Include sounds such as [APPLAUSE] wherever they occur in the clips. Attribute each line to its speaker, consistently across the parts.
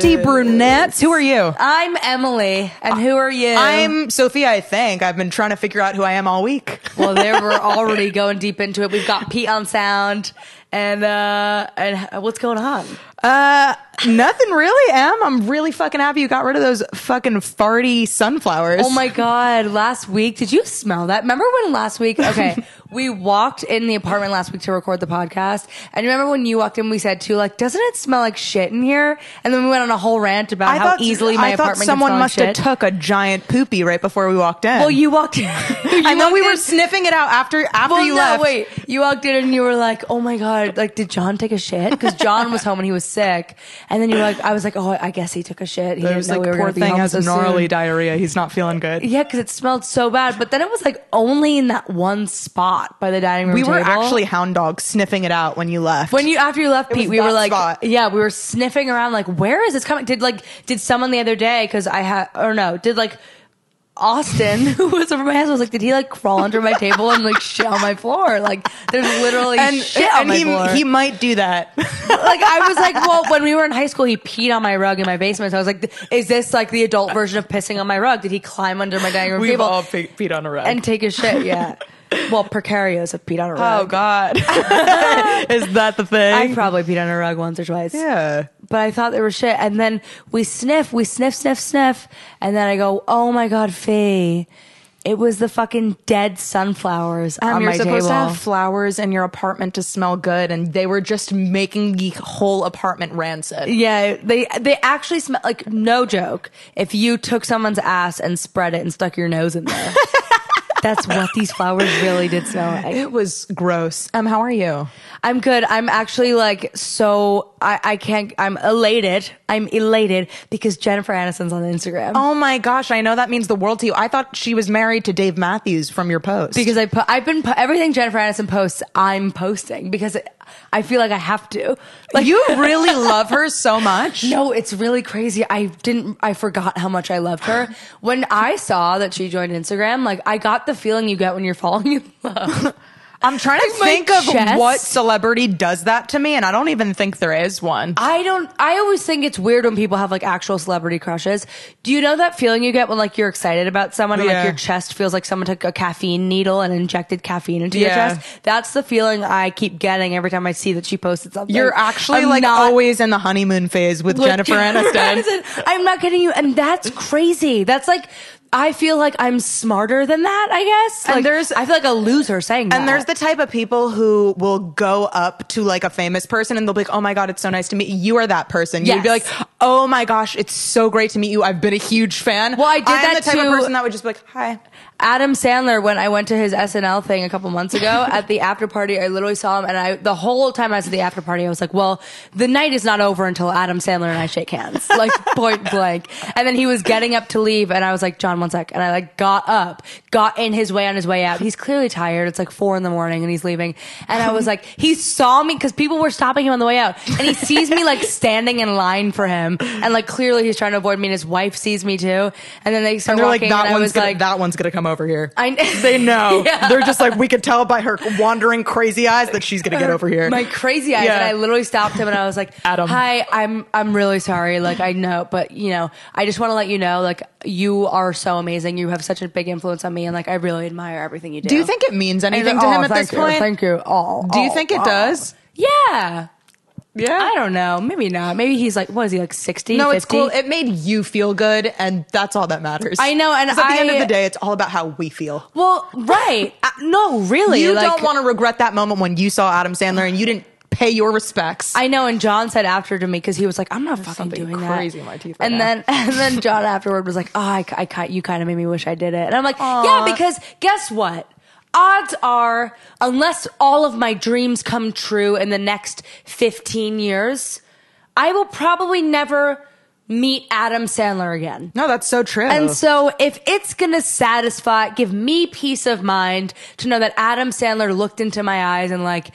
Speaker 1: brunettes. Who are you?
Speaker 2: I'm Emily, and who are you? [LAUGHS]
Speaker 1: I'm Sophia, I think. I've been trying to figure out who I am all week.
Speaker 2: Well, there we're already going deep into it. We've got Pete on sound, and uh, and what's going on?
Speaker 1: Uh, [LAUGHS] nothing really, Em. I'm really fucking happy you got rid of those fucking farty sunflowers.
Speaker 2: Oh [LAUGHS] my god! Last week, did you smell that? Remember when last [LAUGHS] week? Okay, we walked in the apartment last week to record the podcast, and remember when you walked in? We said too, like, doesn't it smell like shit in here? And then we went on a whole rant about
Speaker 1: I
Speaker 2: how
Speaker 1: thought
Speaker 2: easily my
Speaker 1: I thought
Speaker 2: apartment. can
Speaker 1: someone
Speaker 2: smell like
Speaker 1: must
Speaker 2: shit.
Speaker 1: have took a giant poopy right before we walked in.
Speaker 2: Well, you walked. [LAUGHS] you
Speaker 1: and then
Speaker 2: walked
Speaker 1: we
Speaker 2: in-
Speaker 1: were sniffing it out after after
Speaker 2: Well,
Speaker 1: you
Speaker 2: no,
Speaker 1: left.
Speaker 2: wait. You walked in and you were like, "Oh my god!" Like, did John take a shit? Because John was home and he was sick. And then you're like, "I was like, oh, I guess he took a shit. He
Speaker 1: It
Speaker 2: didn't
Speaker 1: was
Speaker 2: know
Speaker 1: like
Speaker 2: we were
Speaker 1: poor
Speaker 2: gonna be
Speaker 1: thing
Speaker 2: home
Speaker 1: has
Speaker 2: so
Speaker 1: gnarly
Speaker 2: soon.
Speaker 1: diarrhea. He's not feeling good.
Speaker 2: Yeah, because it smelled so bad. But then it was like only in that one spot by the dining room.
Speaker 1: We were
Speaker 2: table.
Speaker 1: actually hound dogs sniffing it out when you left.
Speaker 2: When you after you left,
Speaker 1: It
Speaker 2: Pete,
Speaker 1: was
Speaker 2: we were
Speaker 1: that
Speaker 2: like,
Speaker 1: spot.
Speaker 2: yeah, we were sniffing around, like, where is this coming? Did like, did someone the other day? Because I had, or no, did like Austin, [LAUGHS] who was over my house, was like, did he like crawl under my table and like shit on my floor? Like, there's literally
Speaker 1: and,
Speaker 2: shit on
Speaker 1: and
Speaker 2: my
Speaker 1: he,
Speaker 2: floor.
Speaker 1: he might do that.
Speaker 2: [LAUGHS] like, I was like, well, when we were in high school, he peed on my rug in my basement. So I was like, is this like the adult version of pissing on my rug? Did he climb under my dining room
Speaker 1: We've
Speaker 2: table
Speaker 1: all pe- peed on a rug.
Speaker 2: and take a shit? [LAUGHS] Yeah. Well, precarious have peed on a
Speaker 1: oh
Speaker 2: rug.
Speaker 1: God, [LAUGHS] is that the
Speaker 2: I
Speaker 1: thing?
Speaker 2: probably peed on a rug once or twice.
Speaker 1: yeah.
Speaker 2: but I thought they were shit. And then we sniff, we sniff, sniff, sniff. And then I go, oh my God, Faye. It was the fucking dead sunflowers
Speaker 1: Um,
Speaker 2: on
Speaker 1: you're
Speaker 2: my
Speaker 1: supposed
Speaker 2: table.
Speaker 1: to have flowers in your apartment to smell good, and they were just making the whole apartment rancid.
Speaker 2: yeah, they they actually smell like no joke. If you took someone's ass and spread it and stuck your nose in there, [LAUGHS] that's what these flowers really did smell like.
Speaker 1: It was gross. Um, how are you?
Speaker 2: I'm good. I'm actually like so I, I can't. I'm elated. I'm elated because Jennifer Aniston's on Instagram.
Speaker 1: Oh my gosh, I know that means the world to you. I thought she was married to Dave Matthews from your post. [LAUGHS]
Speaker 2: because I put I've been po- everything Jennifer Aniston posts I'm posting because I feel like I have to.
Speaker 1: [LAUGHS]
Speaker 2: Like
Speaker 1: you really love her so [LAUGHS] much.
Speaker 2: No, it's really crazy. I didn't I forgot how much I
Speaker 1: [SIGHS]
Speaker 2: loved her. When I saw that she joined Instagram, like I got the feeling you get when you're falling in love.
Speaker 1: [LAUGHS] I'm trying to
Speaker 2: my
Speaker 1: think of
Speaker 2: chest.
Speaker 1: what celebrity does that to me, and I don't even think there is one.
Speaker 2: I don't I always think it's weird when people have like actual celebrity crushes. Do you know that feeling you get when like you're excited about someone and
Speaker 1: Yeah.
Speaker 2: like your chest feels like someone took a caffeine needle and injected caffeine into your
Speaker 1: Yeah.
Speaker 2: chest? That's the feeling I keep getting every time I see that she posted something.
Speaker 1: You're actually
Speaker 2: I'm
Speaker 1: like
Speaker 2: not- [LAUGHS]
Speaker 1: always in the honeymoon phase with, [LAUGHS]
Speaker 2: with
Speaker 1: Jennifer,
Speaker 2: [LAUGHS]
Speaker 1: Aniston.
Speaker 2: Aniston. I'm not kidding you. And that's crazy. That's like, I feel like I'm smarter than that, I guess.
Speaker 1: And
Speaker 2: Like,
Speaker 1: there's-
Speaker 2: I feel like a loser saying that.
Speaker 1: And there's the type of people who will go up to like a famous person and they'll be like, "Oh my god, it's so nice to meet you." You are that person. You'd be like,
Speaker 2: Yes.
Speaker 1: "Oh my gosh, it's so great to meet you. I've been a huge fan."
Speaker 2: Well, I did
Speaker 1: I'm
Speaker 2: that
Speaker 1: the type
Speaker 2: to-
Speaker 1: of person that would just be like, "Hi."
Speaker 2: Adam Sandler, when I went to his SNL thing a couple
Speaker 1: [LAUGHS]
Speaker 2: months ago at the after party, I literally saw him and I, the whole time I was at the after party, I was like, well, the night is not over until Adam Sandler and I
Speaker 1: [LAUGHS]
Speaker 2: shake hands, like point blank. And then he was getting up to leave and I was like, John, one sec. And I like got up, got in his way on his way out. He's clearly tired. It's like four in the morning and he's leaving.
Speaker 1: [LAUGHS]
Speaker 2: And I was like, he saw me because people were stopping him on the way out and he sees me
Speaker 1: [LAUGHS]
Speaker 2: like standing in line for him. And like clearly he's trying to avoid me and his wife sees me too. And then they start
Speaker 1: And they're like,
Speaker 2: walking
Speaker 1: "That
Speaker 2: and I
Speaker 1: one's
Speaker 2: was
Speaker 1: gonna,
Speaker 2: like,
Speaker 1: that one's gonna come over here."
Speaker 2: I
Speaker 1: [LAUGHS]
Speaker 2: kn-
Speaker 1: they know.
Speaker 2: [LAUGHS] Yeah.
Speaker 1: They're just like, we could tell by her wandering crazy eyes that she's gonna get over here.
Speaker 2: My crazy eyes.
Speaker 1: Yeah.
Speaker 2: And I literally stopped him and I was like,
Speaker 1: [LAUGHS] Adam.
Speaker 2: hi, I'm, I'm really sorry. Like, I know, but you know, I just want to let you know, like, you are so amazing. You have such a big influence on me. And like, I really admire everything you do.
Speaker 1: Do you think it means
Speaker 2: And he's
Speaker 1: anything
Speaker 2: like,
Speaker 1: to
Speaker 2: "Oh,
Speaker 1: him at
Speaker 2: thank
Speaker 1: this
Speaker 2: you,
Speaker 1: point?
Speaker 2: Thank you. Oh,
Speaker 1: Do you
Speaker 2: oh,
Speaker 1: think it
Speaker 2: oh."
Speaker 1: does?
Speaker 2: Yeah.
Speaker 1: Yeah.
Speaker 2: I don't know. Maybe not. Maybe he's like, what is he like 60?
Speaker 1: No, it's
Speaker 2: 50?
Speaker 1: cool. It made you feel good, and that's all that matters.
Speaker 2: I know, and
Speaker 1: 'Cause at the end of
Speaker 2: I-
Speaker 1: the day, it's all about how we feel.
Speaker 2: well,
Speaker 1: [LAUGHS]
Speaker 2: right. Uh, no, really.
Speaker 1: you
Speaker 2: like-
Speaker 1: don't want to regret that moment when you saw Adam Sandler and you didn't pay your respects.
Speaker 2: I know, and John said after to me because he was like, "I'm not fucking
Speaker 1: something
Speaker 2: doing
Speaker 1: crazy
Speaker 2: that."
Speaker 1: in my teeth right
Speaker 2: and
Speaker 1: now.
Speaker 2: then, [LAUGHS] and then John afterward was like, "Oh, I, I ki- you kind of made me wish I did it." And I'm like,
Speaker 1: Aw.
Speaker 2: "Yeah, because guess what." Odds are, unless all of my dreams come true in the next 15 years, I will probably never meet Adam Sandler again.
Speaker 1: no, that's so true.
Speaker 2: And so, if it's gonna satisfy, give me peace of mind to know that Adam Sandler looked into my eyes and
Speaker 1: [LAUGHS]
Speaker 2: like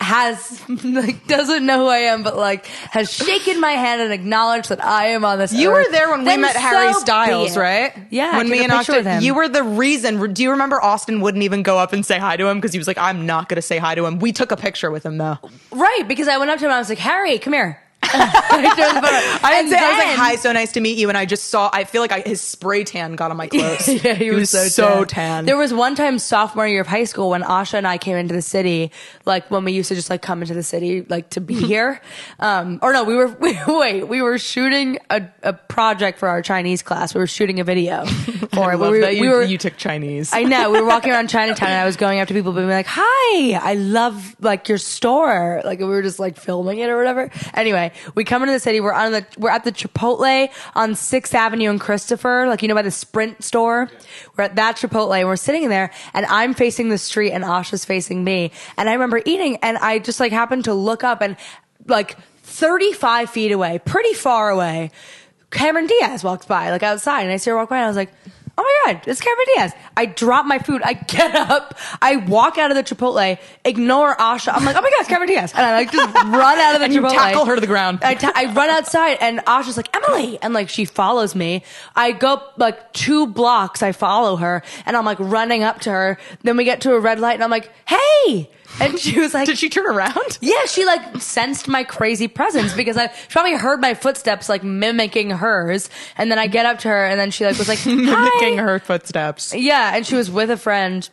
Speaker 2: has like doesn't know who I am, but like has shaken my hand and acknowledged that I am on this.
Speaker 1: you
Speaker 2: earth,
Speaker 1: were there when we
Speaker 2: then
Speaker 1: met
Speaker 2: so
Speaker 1: Harry
Speaker 2: be
Speaker 1: Styles,
Speaker 2: it.
Speaker 1: right?
Speaker 2: Yeah, I
Speaker 1: When
Speaker 2: took
Speaker 1: me
Speaker 2: a
Speaker 1: and
Speaker 2: picture with
Speaker 1: Austin,
Speaker 2: him.
Speaker 1: you were the reason. Do you remember Austin wouldn't even go up and say hi to him because he was like, "I'm not going to say hi to him." We took a picture with him though. [LAUGHS]
Speaker 2: right because I went up to him and I was like, Harry, come here. [LAUGHS] I turned the photo.
Speaker 1: I didn't
Speaker 2: And
Speaker 1: say I was like,
Speaker 2: then-
Speaker 1: "Hi, so nice to meet you." And I just saw. I feel like I, his spray tan got on
Speaker 2: [LAUGHS]
Speaker 1: my clothes.
Speaker 2: yeah, he, was, so,
Speaker 1: tan.
Speaker 2: There was one time sophomore year of high school when Asha and I came into the city, like when we used to just like come into the city
Speaker 1: [LAUGHS]
Speaker 2: like to be here. Um, or no, we were [LAUGHS] we, wait, we were shooting a, a project for our Chinese class. We were shooting
Speaker 1: [LAUGHS]
Speaker 2: a video for
Speaker 1: I
Speaker 2: it.
Speaker 1: love
Speaker 2: we,
Speaker 1: that you,
Speaker 2: we were.
Speaker 1: you took Chinese.
Speaker 2: I know. We were walking around Chinatown and I was going up to people being like, Hi, I love like your store. Like we were just like filming it or whatever. Anyway, we come into the city, we're on the we're at the Chipotle on Sixth Avenue and Christopher, like you know by the Sprint store. We're at that Chipotle and we're sitting in there and I'm facing the street and Asha's facing me. And I remember eating and I just like happened to look up and like 35 feet away, pretty far away, Cameron Diaz walks by, like outside, and I see her walk by, and I was like, oh my God, it's Cameron Diaz. I drop my food, I [LAUGHS] get up, I walk out of the Chipotle, ignore Asha. I'm like, oh my God, it's Cameron Diaz. And I like just run out of
Speaker 1: [LAUGHS]
Speaker 2: the
Speaker 1: And you
Speaker 2: Chipotle.
Speaker 1: tackle her to the ground.
Speaker 2: I, ta- I run outside, and Asha's like, Emily. And like, she follows me. I go like two blocks, I follow her, and I'm like running up to her. Then we get to a red light, and I'm like, hey. And she was like,
Speaker 1: Did she turn around?
Speaker 2: yeah, she like sensed my crazy presence because I she probably heard my footsteps like mimicking hers, and then I get up to her, and then she like was like
Speaker 1: [LAUGHS] Mimicking
Speaker 2: [LAUGHS] "Hi."
Speaker 1: her footsteps.
Speaker 2: Yeah, and she was with a friend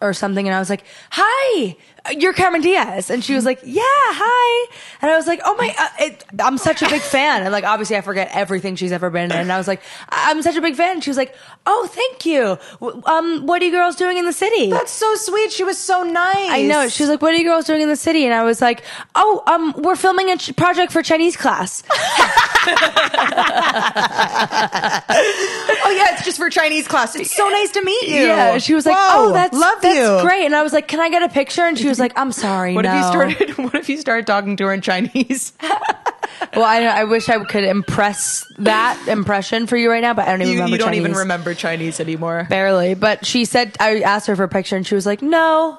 Speaker 2: or something, and I was like, "Hi, you're Cameron Diaz," and she was like, "Yeah, hi," and I was like, "Oh my, uh, it, I'm such a big fan," and like obviously I forget everything she's ever been in, and I was like, "I- "I'm such a big fan," and she was like, "Oh, thank you. W- Um, what are you girls doing in the city?"
Speaker 1: That's so sweet. She was so nice.
Speaker 2: I know. She was like, "What are you girls doing in the city?" And I was like, "Oh, um, we're filming a ch- project for Chinese class."
Speaker 1: oh yeah, it's just for Chinese class. It's [LAUGHS] so nice to meet you.
Speaker 2: Yeah, she was like,
Speaker 1: Whoa,
Speaker 2: "Oh, that's
Speaker 1: love
Speaker 2: that's
Speaker 1: you.
Speaker 2: great." And I was like, "Can I get a picture?" And she was like, "I'm sorry,
Speaker 1: What
Speaker 2: no."
Speaker 1: if you started? [LAUGHS] What if you started talking to her in Chinese?
Speaker 2: [LAUGHS] Well, I, I wish I could impress that impression for you right now, but I don't even
Speaker 1: You,
Speaker 2: remember.
Speaker 1: you don't even
Speaker 2: Chinese.
Speaker 1: remember Chinese anymore.
Speaker 2: barely. But she said I asked her for a picture, and she was like, "No."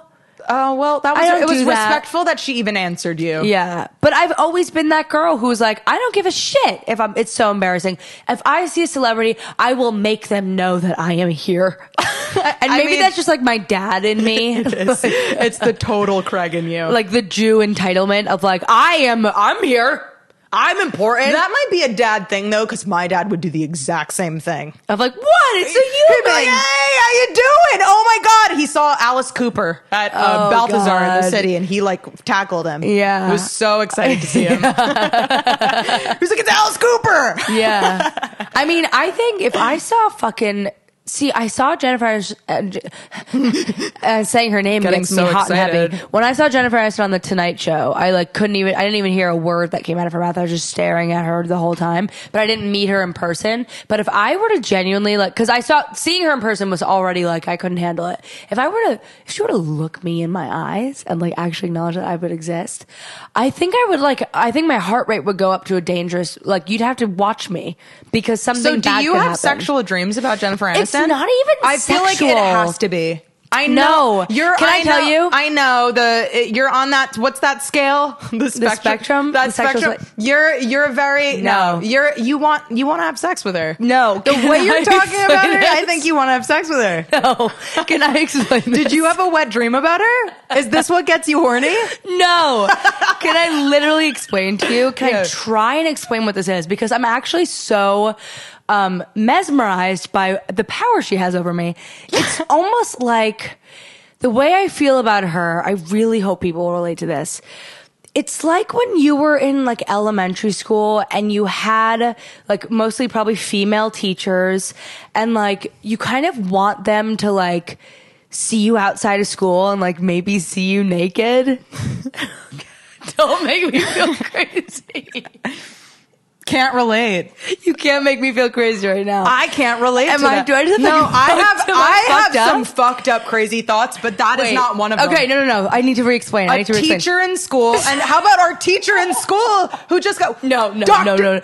Speaker 1: Oh well, that was
Speaker 2: I don't
Speaker 1: it was
Speaker 2: do that.
Speaker 1: respectful that she even answered you.
Speaker 2: Yeah, but I've always been that girl who's like, I don't give a shit if I'm. It's so embarrassing. If I see a celebrity, I will make them know that I am here. [LAUGHS] and
Speaker 1: I
Speaker 2: maybe
Speaker 1: mean-
Speaker 2: that's just like my dad
Speaker 1: [LAUGHS]
Speaker 2: in me, [LAUGHS]
Speaker 1: It's, it's the total Craig in you.
Speaker 2: like the Jew entitlement of like, I am. I'm here. I'm important.
Speaker 1: that might be a dad thing though, because my dad would do the exact same thing.
Speaker 2: of like, what? It's a
Speaker 1: He'd be
Speaker 2: human.
Speaker 1: like, hey, how you doing? Oh my god, he saw Alice Cooper at uh,
Speaker 2: Oh,
Speaker 1: Balthazar in the
Speaker 2: God.
Speaker 1: city, and he like tackled him.
Speaker 2: Yeah.
Speaker 1: he was so excited to see
Speaker 2: [LAUGHS]
Speaker 1: him. [LAUGHS] he was like, it's Alice Cooper. [LAUGHS]
Speaker 2: Yeah. I mean, I think if I saw fucking. See, I saw Jennifer Aniston, uh, [LAUGHS] uh, saying her name
Speaker 1: Getting
Speaker 2: makes
Speaker 1: so
Speaker 2: me hot and
Speaker 1: excited.
Speaker 2: heavy. When I saw Jennifer Aniston on the Tonight Show, I like couldn't even, I didn't even hear a word that came out of her mouth. I was just staring at her the whole time, but I didn't meet her in person. But if I were to genuinely like, cause I saw, seeing her in person was already like, I couldn't handle it. If I were to, if she were to look me in my eyes and like actually acknowledge that I would exist, I think I would like, I think my heart rate would go up to a dangerous, like you'd have to watch me because something
Speaker 1: So, do
Speaker 2: bad
Speaker 1: you
Speaker 2: could
Speaker 1: have
Speaker 2: happen.
Speaker 1: sexual dreams about Jennifer Aniston?
Speaker 2: It's not even
Speaker 1: I feel like it
Speaker 2: sexual.
Speaker 1: has to be. I know.
Speaker 2: No.
Speaker 1: You're.
Speaker 2: Can I tell
Speaker 1: know-
Speaker 2: you?
Speaker 1: I know the. it- You're on that. What's that scale? [LAUGHS] The spectrum.
Speaker 2: spectrum?
Speaker 1: That
Speaker 2: The sexual
Speaker 1: spectrum.
Speaker 2: sli-
Speaker 1: You're. You're very. No.
Speaker 2: No.
Speaker 1: You're. You want. You want to have sex with her.
Speaker 2: No.
Speaker 1: [LAUGHS]
Speaker 2: [LAUGHS]
Speaker 1: The way you're
Speaker 2: Can I
Speaker 1: talking about
Speaker 2: [LAUGHS] explain
Speaker 1: her, I
Speaker 2: this?
Speaker 1: think you want to have sex with her.
Speaker 2: [LAUGHS] No. Can I explain
Speaker 1: Did you have a wet dream about her? Is this what gets you horny?
Speaker 2: No. Can I literally explain to you? Can
Speaker 1: Yeah.
Speaker 2: I try and explain what this is? Because I'm actually so um, mesmerized by the power she has over me. It's almost like the way I feel about her. I really hope people will relate to this. It's like when you were in like elementary school and you had like mostly probably female teachers and like you kind of want them to like see you outside of school and like maybe see you naked. Don't make me feel [LAUGHS] crazy.
Speaker 1: Can't relate.
Speaker 2: You can't make me feel crazy right now.
Speaker 1: I can't relate.
Speaker 2: Am
Speaker 1: to
Speaker 2: I-
Speaker 1: that.
Speaker 2: do I just have,
Speaker 1: no,
Speaker 2: like,
Speaker 1: I
Speaker 2: fucked-
Speaker 1: have.
Speaker 2: am
Speaker 1: I
Speaker 2: I
Speaker 1: have
Speaker 2: fucked up?
Speaker 1: some fucked up crazy thoughts, but that is
Speaker 2: Wait.
Speaker 1: not one of them.
Speaker 2: Okay, no, no, no. I need to re-explain. I
Speaker 1: a
Speaker 2: need to re-explain.
Speaker 1: teacher in school, and how about our teacher in school who just got
Speaker 2: No, no,
Speaker 1: doctor,
Speaker 2: no, no, no,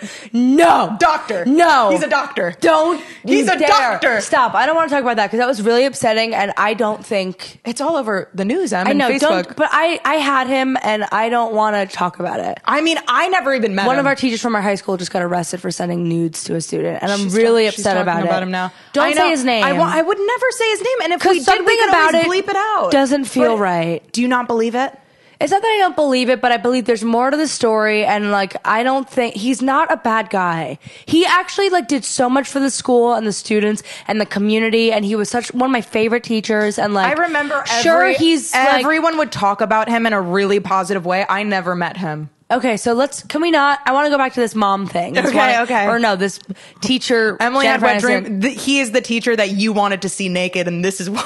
Speaker 2: no.
Speaker 1: doctor.
Speaker 2: No.
Speaker 1: he's a doctor.
Speaker 2: Don't.
Speaker 1: He's
Speaker 2: you
Speaker 1: a
Speaker 2: dare.
Speaker 1: doctor.
Speaker 2: Stop. I don't want to talk about that because that was really upsetting, and I don't think
Speaker 1: It's all over the news. I'm
Speaker 2: I know.
Speaker 1: in Facebook.
Speaker 2: Don't. But I, I had him, and I don't want to talk about it.
Speaker 1: I mean, I never even met
Speaker 2: One
Speaker 1: him.
Speaker 2: of our teachers from our high school just got arrested for sending nudes to a student, and I'm
Speaker 1: She's
Speaker 2: really
Speaker 1: talk- she's
Speaker 2: upset
Speaker 1: talking
Speaker 2: about it.
Speaker 1: about him now. I
Speaker 2: Don't
Speaker 1: know.
Speaker 2: say his name.
Speaker 1: I, wa- I would never say his name, and if
Speaker 2: 'Cause
Speaker 1: we did, we
Speaker 2: something
Speaker 1: could
Speaker 2: about
Speaker 1: always
Speaker 2: it
Speaker 1: bleep it out.
Speaker 2: doesn't feel
Speaker 1: But
Speaker 2: right.
Speaker 1: Do you not believe it?
Speaker 2: It's not that I don't believe it, but I believe there's more to the story. And like, I don't think he's not a bad guy. He actually like did so much for the school and the students and the community. And he was such one of my favorite teachers. And like,
Speaker 1: I remember every,
Speaker 2: sure he's like-
Speaker 1: everyone would talk about him in a really positive way. I never met him.
Speaker 2: Okay, so let's. Can we not? I want to go back to this mom thing. This
Speaker 1: Okay,
Speaker 2: one-
Speaker 1: okay.
Speaker 2: Or no, this teacher.
Speaker 1: Emily
Speaker 2: Jennifer
Speaker 1: had wet
Speaker 2: Aniston.
Speaker 1: dream. th- he is the teacher that you wanted to see naked, and this is [LAUGHS] why.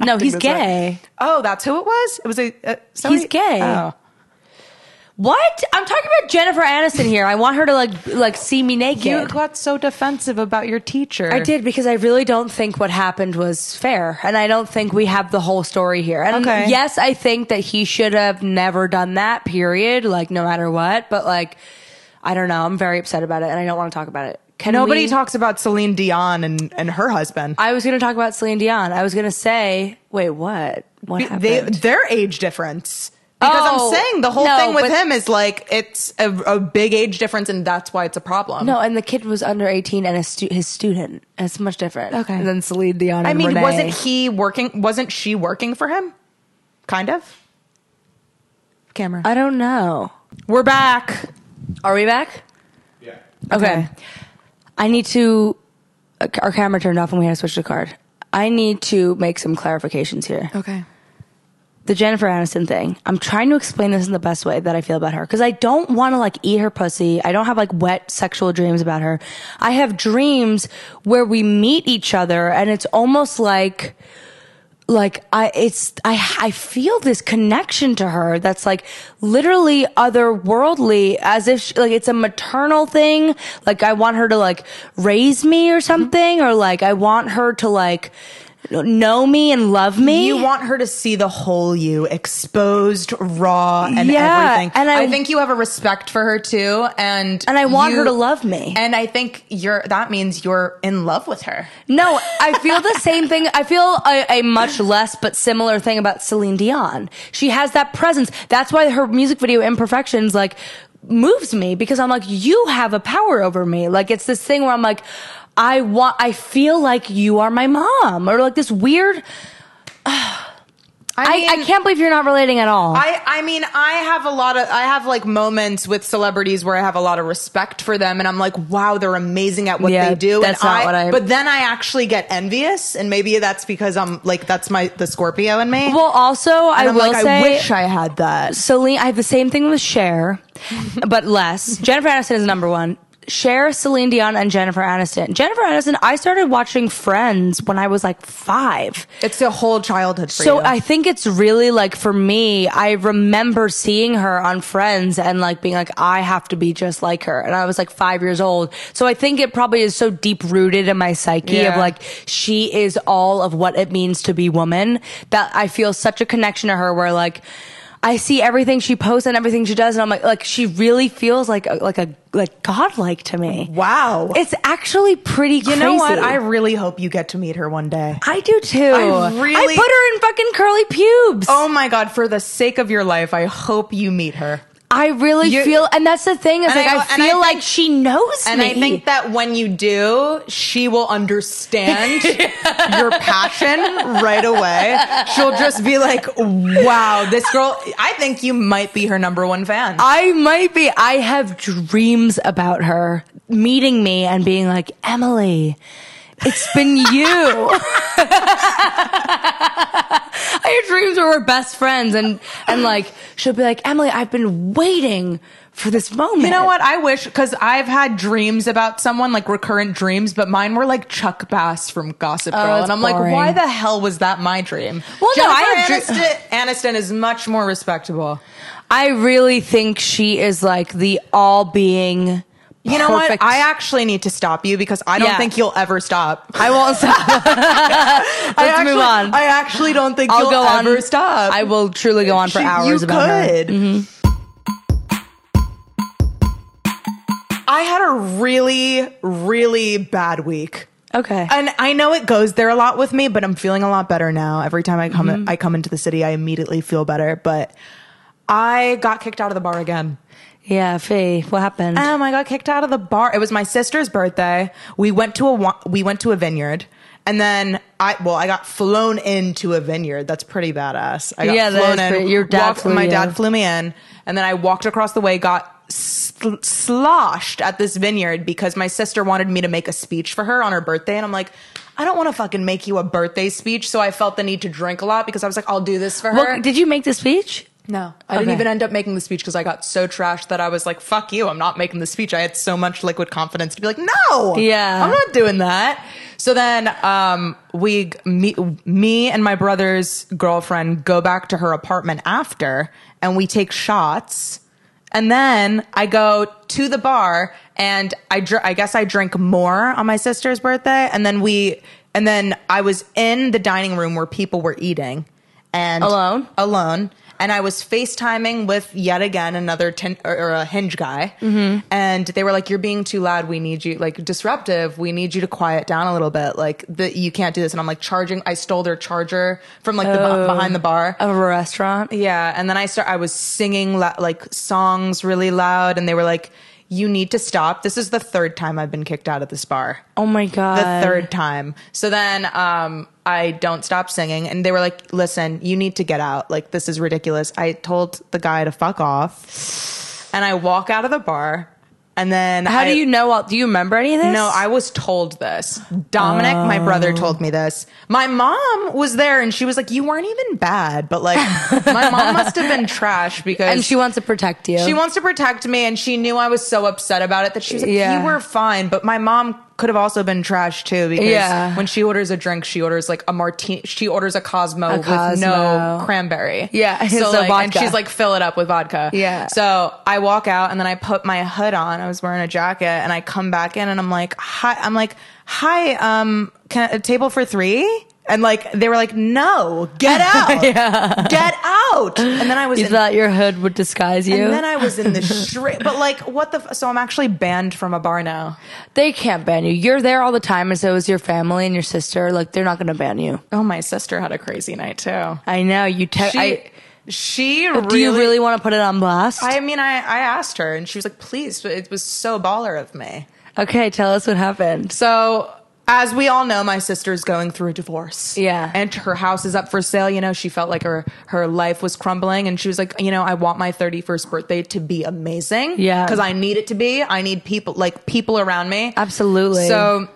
Speaker 1: You're
Speaker 2: No,
Speaker 1: acting
Speaker 2: he's
Speaker 1: this way.
Speaker 2: gay.
Speaker 1: Oh, that's who it was. It was a. Uh, somebody-
Speaker 2: He's gay.
Speaker 1: Oh.
Speaker 2: What? I'm talking about Jennifer Aniston here. I want her to like like see me naked.
Speaker 1: You got so defensive about your teacher.
Speaker 2: I did because I really don't think what happened was fair, and I don't think we have the whole story here. And
Speaker 1: Okay.
Speaker 2: yes, I think that he should have never done that. Period. Like no matter what, but like I don't know. I'm very upset about it, and I don't want to talk about it. Can
Speaker 1: Nobody
Speaker 2: we-
Speaker 1: talks about Celine Dion and, and her husband.
Speaker 2: I was going to talk about Celine Dion. I was going to say, wait, what? What happened?
Speaker 1: they their age difference. Because I'm
Speaker 2: Oh,
Speaker 1: saying the whole
Speaker 2: no,
Speaker 1: thing with
Speaker 2: but-
Speaker 1: him is like it's a, a big age difference, and that's why it's a problem.
Speaker 2: No, and the kid was under 18 and a stu- his student. It's much different.
Speaker 1: Okay.
Speaker 2: Than Celine Dion and
Speaker 1: I mean,
Speaker 2: Renee.
Speaker 1: wasn't he working? Wasn't she working for him? Kind of. Camera.
Speaker 2: I don't know.
Speaker 1: We're back.
Speaker 2: Are we back?
Speaker 3: Yeah.
Speaker 2: Okay. I need to. Our camera turned off and we had to switch the card. I need to make some clarifications here.
Speaker 1: Okay.
Speaker 2: The Jennifer Aniston thing. I'm trying to explain this in the best way that I feel about her because I don't want to like eat her pussy. I don't have like wet sexual dreams about her. I have dreams where we meet each other and it's almost like like I it's I I feel this connection to her that's like literally otherworldly as if she, like it's a maternal thing like I want her to like raise me or something or like I want her to like know me and love me
Speaker 1: You want her to see the whole you, exposed, raw, and
Speaker 2: Yeah,
Speaker 1: everything.
Speaker 2: and I-
Speaker 1: think you have a respect for her too, and
Speaker 2: and I want
Speaker 1: you-
Speaker 2: her to love me
Speaker 1: And I think you're. That means you're in love with her.
Speaker 2: No, I feel the same thing. I feel a, a much less but similar thing about Celine Dion. She has that presence. That's why her music video imperfections like moves me because I'm like, you have a power over me. Like it's this thing where I'm like, I want, I feel like you are my mom or like this weird. I, I,
Speaker 1: mean-
Speaker 2: can't believe you're not relating at all.
Speaker 1: I, I mean, I have a lot of, I have like moments with celebrities where I have a lot of respect for them and I'm like, wow, they're amazing at what
Speaker 2: Yeah,
Speaker 1: they do.
Speaker 2: that's
Speaker 1: and
Speaker 2: not what I-
Speaker 1: but then I actually get envious and maybe that's because I'm like, that's my, the Scorpio in me.
Speaker 2: well, also, I
Speaker 1: and I'm
Speaker 2: will
Speaker 1: like,
Speaker 2: say,
Speaker 1: I wish I had that.
Speaker 2: Celine, I have the same thing with Cher, but less. Jennifer Aniston is number one. Cher, Celine Dion, and Jennifer Aniston. Jennifer Aniston, I started watching Friends when I was like five.
Speaker 1: It's a whole childhood for
Speaker 2: So
Speaker 1: you.
Speaker 2: I think it's really like for me, I remember seeing her on Friends and like being like, I have to be just like her. And I was like five years old. So I think it probably is so deep rooted in my psyche of
Speaker 1: Yeah.
Speaker 2: like, she is all of what it means to be woman that I feel such a connection to her where like, I see everything she posts and everything she does, and I'm like, like she really feels like a, like a like godlike to me.
Speaker 1: wow.
Speaker 2: It's actually pretty.
Speaker 1: you know what? I
Speaker 2: crazy.
Speaker 1: really hope you get to meet her one day.
Speaker 2: I do too.
Speaker 1: I
Speaker 2: I
Speaker 1: really-
Speaker 2: put her in fucking curly pubes.
Speaker 1: Oh my God. For the sake of your life, I hope you meet her.
Speaker 2: I really
Speaker 1: You-
Speaker 2: feel, and that's the thing is
Speaker 1: And
Speaker 2: like I,
Speaker 1: I- and I
Speaker 2: feel like
Speaker 1: think-
Speaker 2: she knows
Speaker 1: And
Speaker 2: me.
Speaker 1: I think that when you do, she will
Speaker 2: [LAUGHS]
Speaker 1: understand your passion right away. She'll just be like, wow, this girl, I think you might be her number one fan.
Speaker 2: I might be. I have dreams about her meeting me and being like Emily. It's been you.
Speaker 1: [LAUGHS]
Speaker 2: I have dreams where we're best friends, and and like she'll be like Emily. I've been waiting for this moment.
Speaker 1: You know what? I wish, because I've had dreams about someone, like recurrent dreams, but mine were like Chuck Bass from Gossip Girl.
Speaker 2: it's
Speaker 1: and I'm
Speaker 2: Oh, boring.
Speaker 1: like, why the hell was that my dream?
Speaker 2: Well, no, I
Speaker 1: Jennifer
Speaker 2: have
Speaker 1: Aniston, Aniston is much more respectable.
Speaker 2: I really think she is like the all-being.
Speaker 1: You know what?
Speaker 2: perfect-
Speaker 1: I actually need to stop you because I don't
Speaker 2: Yeah.
Speaker 1: think you'll ever stop.
Speaker 2: I won't stop. Let's
Speaker 1: I actually,
Speaker 2: move on.
Speaker 1: I actually don't think
Speaker 2: I'll
Speaker 1: you'll
Speaker 2: go on.
Speaker 1: ever stop.
Speaker 2: [LAUGHS] I will truly go on for
Speaker 1: She-
Speaker 2: hours
Speaker 1: you
Speaker 2: about Mm-hmm. her.
Speaker 1: could. I had a really, really bad week.
Speaker 2: Okay.
Speaker 1: And I know it goes there a lot with me, but I'm feeling a lot better now. Every time I come
Speaker 2: Mm-hmm.
Speaker 1: I come into the city, I immediately feel better. But I got kicked out of the bar again.
Speaker 2: yeah, Faye, what happened?
Speaker 1: Um, I got kicked out of the bar. It was my sister's birthday. We went to a wa- we went to a vineyard, and then I well, I got flown into a vineyard. That's pretty badass. I got
Speaker 2: Yeah, that
Speaker 1: flown
Speaker 2: is
Speaker 1: in.
Speaker 2: pretty- your dad
Speaker 1: walked-
Speaker 2: flew
Speaker 1: my
Speaker 2: you.
Speaker 1: dad flew me in, and then I walked across the way, got sl- sloshed at this vineyard because my sister wanted me to make a speech for her on her birthday, and I'm like. I don't want to fucking make you a birthday speech, so I felt the need to drink a lot because I was like, I'll do this for her.
Speaker 2: Well, did you make the speech?
Speaker 1: No, I didn't
Speaker 2: Okay.
Speaker 1: even end up making the speech because I got so trashed that I was like, "Fuck you! I'm not making the speech." I had so much liquid confidence to be like, "No,
Speaker 2: Yeah.
Speaker 1: I'm not doing that." So then, um, we me, me and my brother's girlfriend go back to her apartment after, and we take shots. And then I go to the bar and I, dr- I guess I drink more on my sister's birthday. And then we, and then I was in the dining room where people were eating and
Speaker 2: Alone?
Speaker 1: alone. And I was FaceTiming with yet again another tin or, or a hinge guy. Mm-hmm. And they were like, You're being too loud. We need you, like, disruptive. We need you to quiet down a little bit. Like, the, you can't do this. And I'm like, charging. I stole their charger from like the
Speaker 2: Oh.
Speaker 1: bu- behind the bar.
Speaker 2: Of a restaurant?
Speaker 1: Yeah, and then I start. I was singing lo- like songs really loud, and they were like, "You need to stop." This is the third time I've been kicked out of this bar.
Speaker 2: Oh my god.
Speaker 1: The third time. So then, um, I don't stop singing, and they were like, "Listen, you need to get out. Like this is ridiculous." I told the guy to fuck off, and I walk out of the bar, and then
Speaker 2: How
Speaker 1: I,
Speaker 2: do you know? all- Do you remember any of this? Oh.
Speaker 1: no, I was told this. Dominic, my brother, told me this. My mom was there and she was like, You weren't even bad, but like, my mom must have been trash because
Speaker 2: [LAUGHS] And she wants to protect you.
Speaker 1: she wants to protect me and she knew I was so upset about it that she was like,
Speaker 2: Yeah.
Speaker 1: You were fine, but my mom could have also been trash too because
Speaker 2: Yeah.
Speaker 1: when she orders a drink, she orders like a martini, she orders a Cosmo, with
Speaker 2: Cosmo.
Speaker 1: no cranberry.
Speaker 2: Yeah, it's
Speaker 1: So
Speaker 2: a
Speaker 1: like, and
Speaker 2: vodka.
Speaker 1: she's like, fill it up with vodka.
Speaker 2: Yeah.
Speaker 1: So I walk out and then I put my hood on. I was wearing a jacket and I come back in and I'm like, hi, I'm like, hi, um, can a table for three? And like, they were like, no,
Speaker 2: [LAUGHS]
Speaker 1: get out, get out. And then I was
Speaker 2: You
Speaker 1: in-
Speaker 2: thought your hood would disguise you?
Speaker 1: and then I was in [LAUGHS] the street. But like, what the? F- so I'm actually banned from a bar now.
Speaker 2: they can't ban you. You're there all the time, and so is your family and your sister. Like they're not going to ban you.
Speaker 1: Oh, my sister had a crazy night too.
Speaker 2: I know you. Te-
Speaker 1: She,
Speaker 2: I,
Speaker 1: she really.
Speaker 2: do you really want to put it on blast?
Speaker 1: I mean, I, I asked her, and she was like, "Please," but it was so baller of me.
Speaker 2: okay, tell us what happened.
Speaker 1: So. As we all know, my sister's going through a divorce.
Speaker 2: Yeah.
Speaker 1: And her house is up for sale. You know, she felt like her, her life was crumbling and she was like, you know, I want my 31st birthday to be amazing.
Speaker 2: Yeah.
Speaker 1: Cause I need it to be. I need people, like people around me.
Speaker 2: Absolutely.
Speaker 1: So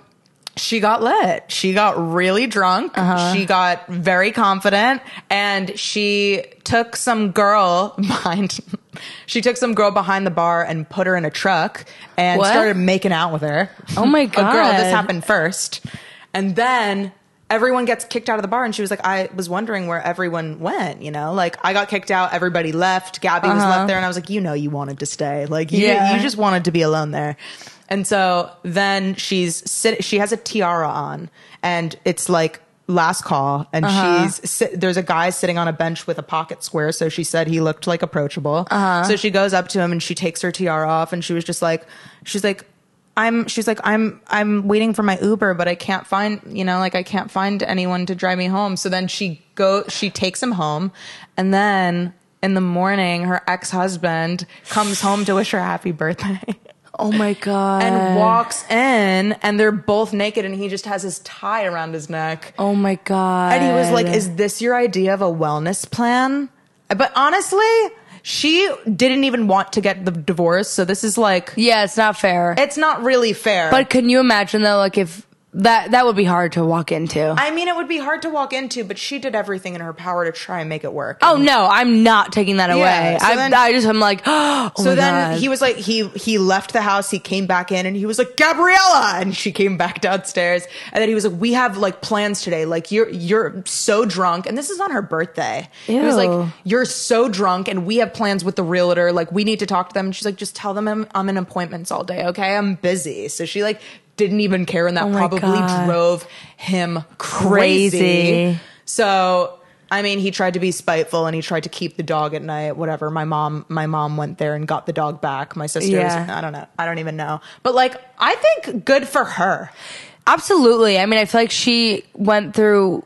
Speaker 1: she got lit. She got really drunk.
Speaker 2: Uh-huh.
Speaker 1: She got very confident and she took some girl [LAUGHS] behind she took some girl behind the bar and put her in a truck and
Speaker 2: What?
Speaker 1: started making out with her.
Speaker 2: Oh my
Speaker 1: A girl,
Speaker 2: God.
Speaker 1: this happened first. And then everyone gets kicked out of the bar and she was like I was wondering where everyone went, you know? Like I got kicked out, everybody left, Gabby was left there and I was like you know you wanted to stay. Like you
Speaker 2: Uh-huh. Yeah.
Speaker 1: you just wanted to be alone there. And so then she's sit- she has a tiara on and it's like last call and
Speaker 2: Uh-huh.
Speaker 1: she's sit- there's a guy sitting on a bench with a pocket square so she said he looked like approachable.
Speaker 2: Uh-huh.
Speaker 1: So she goes up to him and she takes her tiara off and she was just like she's like I'm she's like I'm I'm waiting for my Uber but I can't find you know like I can't find anyone to drive me home. So then she go she takes him home and then in the morning her ex-husband comes home to wish her happy birthday [LAUGHS]
Speaker 2: Oh my god.
Speaker 1: and walks in and they're both naked and he just has his tie around his neck.
Speaker 2: Oh my god.
Speaker 1: And he was
Speaker 2: Uh.
Speaker 1: like, "Is this your idea of a wellness plan?" But honestly, she didn't even want to get the divorce, so this is like
Speaker 2: yeah, it's not fair.
Speaker 1: it's not really fair.
Speaker 2: but can you imagine though? Like if that that would be hard to walk into.
Speaker 1: I mean, it would be hard to walk into, but she did everything in her power to try and make it work.
Speaker 2: Oh no, I'm not taking that away.
Speaker 1: so
Speaker 2: I,
Speaker 1: then-
Speaker 2: I just I'm like, [GASPS] oh
Speaker 1: so
Speaker 2: my
Speaker 1: then
Speaker 2: God.
Speaker 1: he was like, he he left the house. He came back in, and he was like, Gabriella, and she came back downstairs. And then he was like, we have like plans today. Like you're you're so drunk, and this is on her birthday. It was
Speaker 2: Ew.
Speaker 1: like you're so drunk, and we have plans with the realtor. Like we need to talk to them. And she's like, just tell them I'm, I'm in appointments all day. Okay, I'm busy. So she like didn't even care, and that
Speaker 2: Oh my
Speaker 1: probably
Speaker 2: God.
Speaker 1: drove him
Speaker 2: Crazy.
Speaker 1: crazy. So I mean, he tried to be spiteful and he tried to keep the dog at night. Whatever. My mom, my mom went there and got the dog back. My sisters,
Speaker 2: Yeah.
Speaker 1: I don't know. I don't even know. But like, I think good for her.
Speaker 2: Absolutely. I mean, I feel like she went through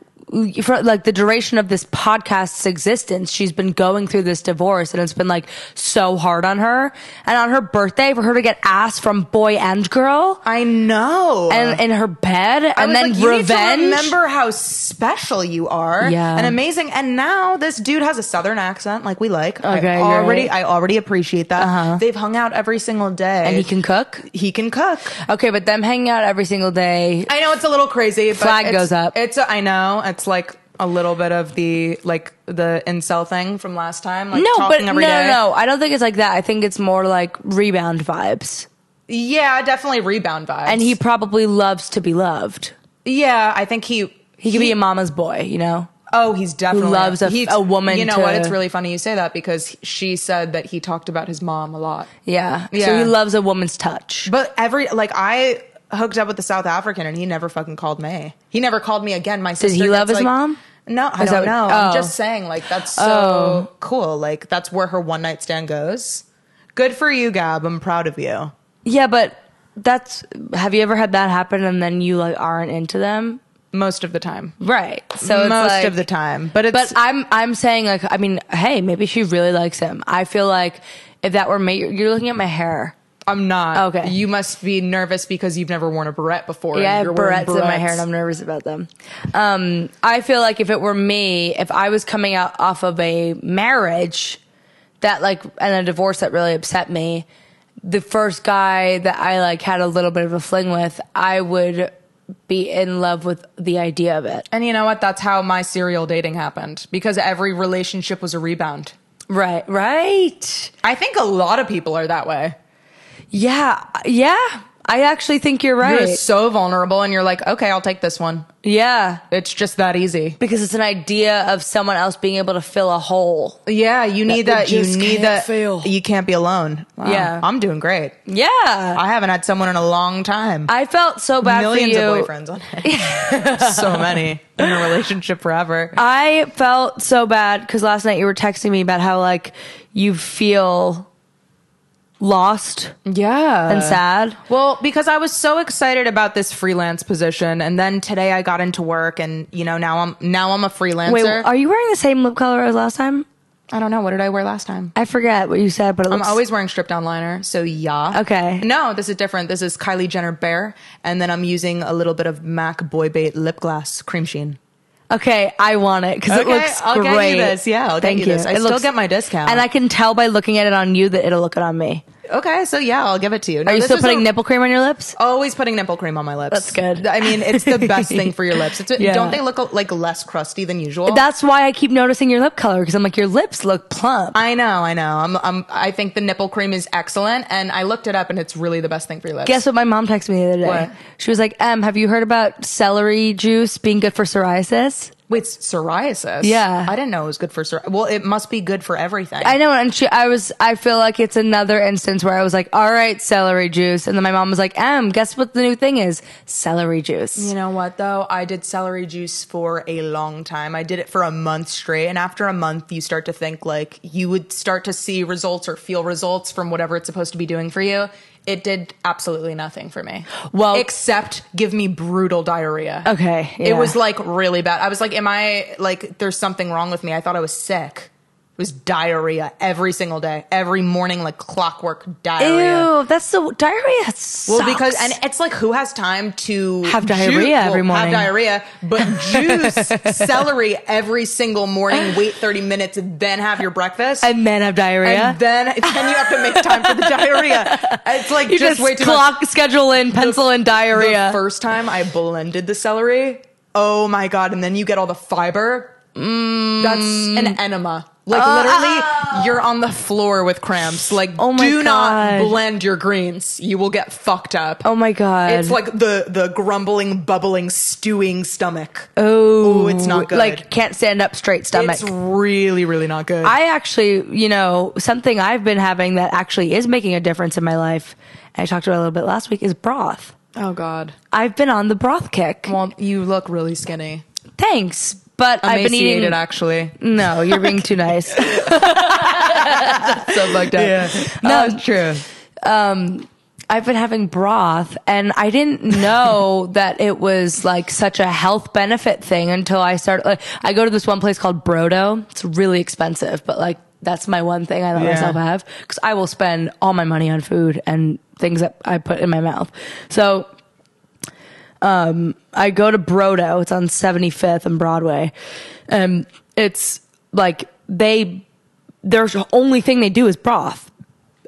Speaker 2: for like the duration of this podcast's existence, she's been going through this divorce and it's been like so hard on her. And on her birthday, for her to get ass from boy and girl
Speaker 1: I know.
Speaker 2: and in her bed
Speaker 1: I
Speaker 2: and
Speaker 1: was
Speaker 2: then
Speaker 1: like, you need to
Speaker 2: revenge.
Speaker 1: remember how special you are
Speaker 2: Yeah.
Speaker 1: and amazing. And now this dude has a southern accent, like we like.
Speaker 2: Okay,
Speaker 1: I
Speaker 2: you're
Speaker 1: already
Speaker 2: right.
Speaker 1: I already appreciate that. They've hung out every single day,
Speaker 2: and he can cook.
Speaker 1: Uh-huh. he can cook.
Speaker 2: Okay, but them hanging out every single day.
Speaker 1: I know it's a little crazy. But
Speaker 2: Flag
Speaker 1: it's-
Speaker 2: goes up.
Speaker 1: It's a, I know it's like a little bit of the like the incel thing from last time. Like
Speaker 2: No, but
Speaker 1: talking
Speaker 2: no,
Speaker 1: every day.
Speaker 2: no, I don't think it's like that. I think it's more like rebound vibes.
Speaker 1: Yeah, definitely rebound vibes.
Speaker 2: And he probably loves to be loved.
Speaker 1: yeah, I think he.
Speaker 2: He could be a mama's boy, you know?
Speaker 1: Oh, he's definitely
Speaker 2: loves a-
Speaker 1: he's-
Speaker 2: a woman
Speaker 1: You know what?
Speaker 2: to-
Speaker 1: It's really funny you say that because she said that he talked about his mom a lot.
Speaker 2: Yeah. So
Speaker 1: Yeah.
Speaker 2: he loves a woman's touch.
Speaker 1: But every like I hooked up with the South African and he never fucking called me. He never called me again. My sister
Speaker 2: he love
Speaker 1: gets, like-
Speaker 2: his mom?
Speaker 1: No, I
Speaker 2: Is
Speaker 1: don't
Speaker 2: that-
Speaker 1: know.
Speaker 2: oh.
Speaker 1: I'm just saying, like that's so cool. Like that's where her one night stand goes. Good for you, Gab. I'm proud of you.
Speaker 2: Yeah, but that's have you ever had that happen and then you like aren't into them?
Speaker 1: Most of the time.
Speaker 2: Right. So it's
Speaker 1: Most
Speaker 2: like-
Speaker 1: of the time. But it's
Speaker 2: But I'm I'm saying like I mean, hey, maybe she really likes him. I feel like if that were me, you're looking at my hair.
Speaker 1: I'm not.
Speaker 2: Okay.
Speaker 1: You must be nervous because you've never worn a barrette before.
Speaker 2: Yeah, I
Speaker 1: and
Speaker 2: have
Speaker 1: you're wearing
Speaker 2: barrettes in my hair
Speaker 1: barrettes.
Speaker 2: and I'm nervous about them. Um, I feel like if it were me, if I was coming out off of a marriage that like and a divorce that really upset me, the first guy that I like had a little bit of a fling with, I would be in love with the idea of it.
Speaker 1: And you know what? That's how my serial dating happened because every relationship was a rebound.
Speaker 2: Right, right.
Speaker 1: I think a lot of people are that way.
Speaker 2: Yeah, yeah. I actually think you're right.
Speaker 1: You're so vulnerable and you're like, okay, I'll take this one.
Speaker 2: yeah,
Speaker 1: It's just that easy.
Speaker 2: because it's an idea of someone else being able to fill a hole.
Speaker 1: Yeah, you need
Speaker 2: That
Speaker 1: that.
Speaker 2: you
Speaker 1: You
Speaker 2: just
Speaker 1: need
Speaker 2: can't
Speaker 1: that.
Speaker 2: fail.
Speaker 1: You can't be alone. Wow.
Speaker 2: Yeah.
Speaker 1: I'm doing great.
Speaker 2: Yeah.
Speaker 1: I haven't had someone in a long time.
Speaker 2: I felt so bad
Speaker 1: Millions
Speaker 2: for you.
Speaker 1: of boyfriends on it. [LAUGHS] so many in a relationship forever.
Speaker 2: I felt so bad because last night you were texting me about how like you feel lost
Speaker 1: Yeah.
Speaker 2: and sad.
Speaker 1: Well, because I was so excited about this freelance position, and then today I got into work, and you know now I'm now I'm a freelancer.
Speaker 2: Wait, are you wearing the same lip color as last time?
Speaker 1: I don't know what did I wear last time.
Speaker 2: I forget what you said, but it
Speaker 1: I'm
Speaker 2: looks
Speaker 1: always wearing stripped down liner, so yeah.
Speaker 2: Okay.
Speaker 1: No, this is different. This is Kylie Jenner Bear, and then I'm using a little bit of MAC Boy Bait lip gloss cream sheen.
Speaker 2: okay. I want it because it looks
Speaker 1: I'll
Speaker 2: great.
Speaker 1: get you this. Yeah, I'll
Speaker 2: Thank
Speaker 1: get you, this. I
Speaker 2: It
Speaker 1: still
Speaker 2: looks-
Speaker 1: get my discount.
Speaker 2: and I can tell by looking at it on you that it'll look good on me.
Speaker 1: okay, so yeah, I'll give it to you. No,
Speaker 2: Are
Speaker 1: Oh,
Speaker 2: you
Speaker 1: this
Speaker 2: still
Speaker 1: is
Speaker 2: putting
Speaker 1: a-
Speaker 2: nipple cream on your lips?
Speaker 1: Always putting nipple cream on my lips.
Speaker 2: That's good.
Speaker 1: I mean, it's the best thing for your lips. It's a,
Speaker 2: [LAUGHS] Yeah.
Speaker 1: Don't they look like less crusty than usual?
Speaker 2: That's why I keep noticing your lip color because I'm like your lips look plump.
Speaker 1: I know, I know. I'm, I'm, I think the nipple cream is excellent, and I looked it up, and it's really the best thing for your lips.
Speaker 2: Guess what my mom texted me the other day?
Speaker 1: What?
Speaker 2: She was like, "Em, have you heard about celery juice being good for psoriasis?"
Speaker 1: Wait, it's psoriasis.
Speaker 2: Yeah.
Speaker 1: I didn't know it was good for psoriasis. Well, it must be good for everything.
Speaker 2: I know, and she, I was, I feel like it's another instance where I was like, "All right, celery juice," and then my mom was like, "Em, guess what the new thing is? Celery juice."
Speaker 1: you know what though? I did celery juice for a long time. I did it for a month straight, and after a month, you start to think like you would start to see results or feel results from whatever it's supposed to be doing for you. It did absolutely nothing for me.
Speaker 2: Well-
Speaker 1: except give me brutal diarrhea.
Speaker 2: Okay, yeah.
Speaker 1: It was like really bad. I was like, am I like, there's something wrong with me? I thought I was sick. It was diarrhea every single day, every morning, like clockwork diarrhea.
Speaker 2: Ew, that's so diarrhea. Sucks.
Speaker 1: Well, because and it's like who has time to
Speaker 2: Have
Speaker 1: ju-
Speaker 2: diarrhea every morning.
Speaker 1: Have diarrhea,
Speaker 2: [LAUGHS]
Speaker 1: but juice celery every single morning. Wait thirty minutes, then have your breakfast,
Speaker 2: and men have diarrhea.
Speaker 1: and then then you have to make time for the diarrhea. It's like
Speaker 2: [LAUGHS] you
Speaker 1: just,
Speaker 2: just,
Speaker 1: way too much.
Speaker 2: clock schedule in pencil and diarrhea.
Speaker 1: The first time I blended the celery, oh my god! And then you get all the fiber. That's
Speaker 2: Mm.
Speaker 1: an enema. Like literally, you're on the floor with cramps. Like,
Speaker 2: Ah. Oh my
Speaker 1: do not
Speaker 2: God.
Speaker 1: blend your greens. You will get fucked up.
Speaker 2: oh my god!
Speaker 1: It's like the the grumbling, bubbling, stewing stomach.
Speaker 2: oh,
Speaker 1: Ooh, it's not good.
Speaker 2: Like can't stand up straight stomach.
Speaker 1: It's really, really not good.
Speaker 2: I actually, you know, something I've been having that actually is making a difference in my life, and I talked about it a little bit last week, is broth.
Speaker 1: oh God.
Speaker 2: I've been on the broth kick.
Speaker 1: Well, you look really skinny.
Speaker 2: Thanks, but I've been
Speaker 1: Emaciated,
Speaker 2: eating.
Speaker 1: actually.
Speaker 2: [LAUGHS] no, you're being too nice.
Speaker 1: [LAUGHS] So fucked up. Yeah,
Speaker 2: No.
Speaker 1: true.
Speaker 2: Um, I've been having broth and I didn't
Speaker 1: [LAUGHS]
Speaker 2: know that it was like such a health benefit thing until I started. Like, I go to this one place called Brodo. It's really expensive, but like that's my one thing I let
Speaker 1: Yeah.
Speaker 2: myself have because I will spend all my money on food and things that I put in my mouth. So um, I go to Brodo. It's on 75th and Broadway. Um, it's like they, their only thing they do is broth.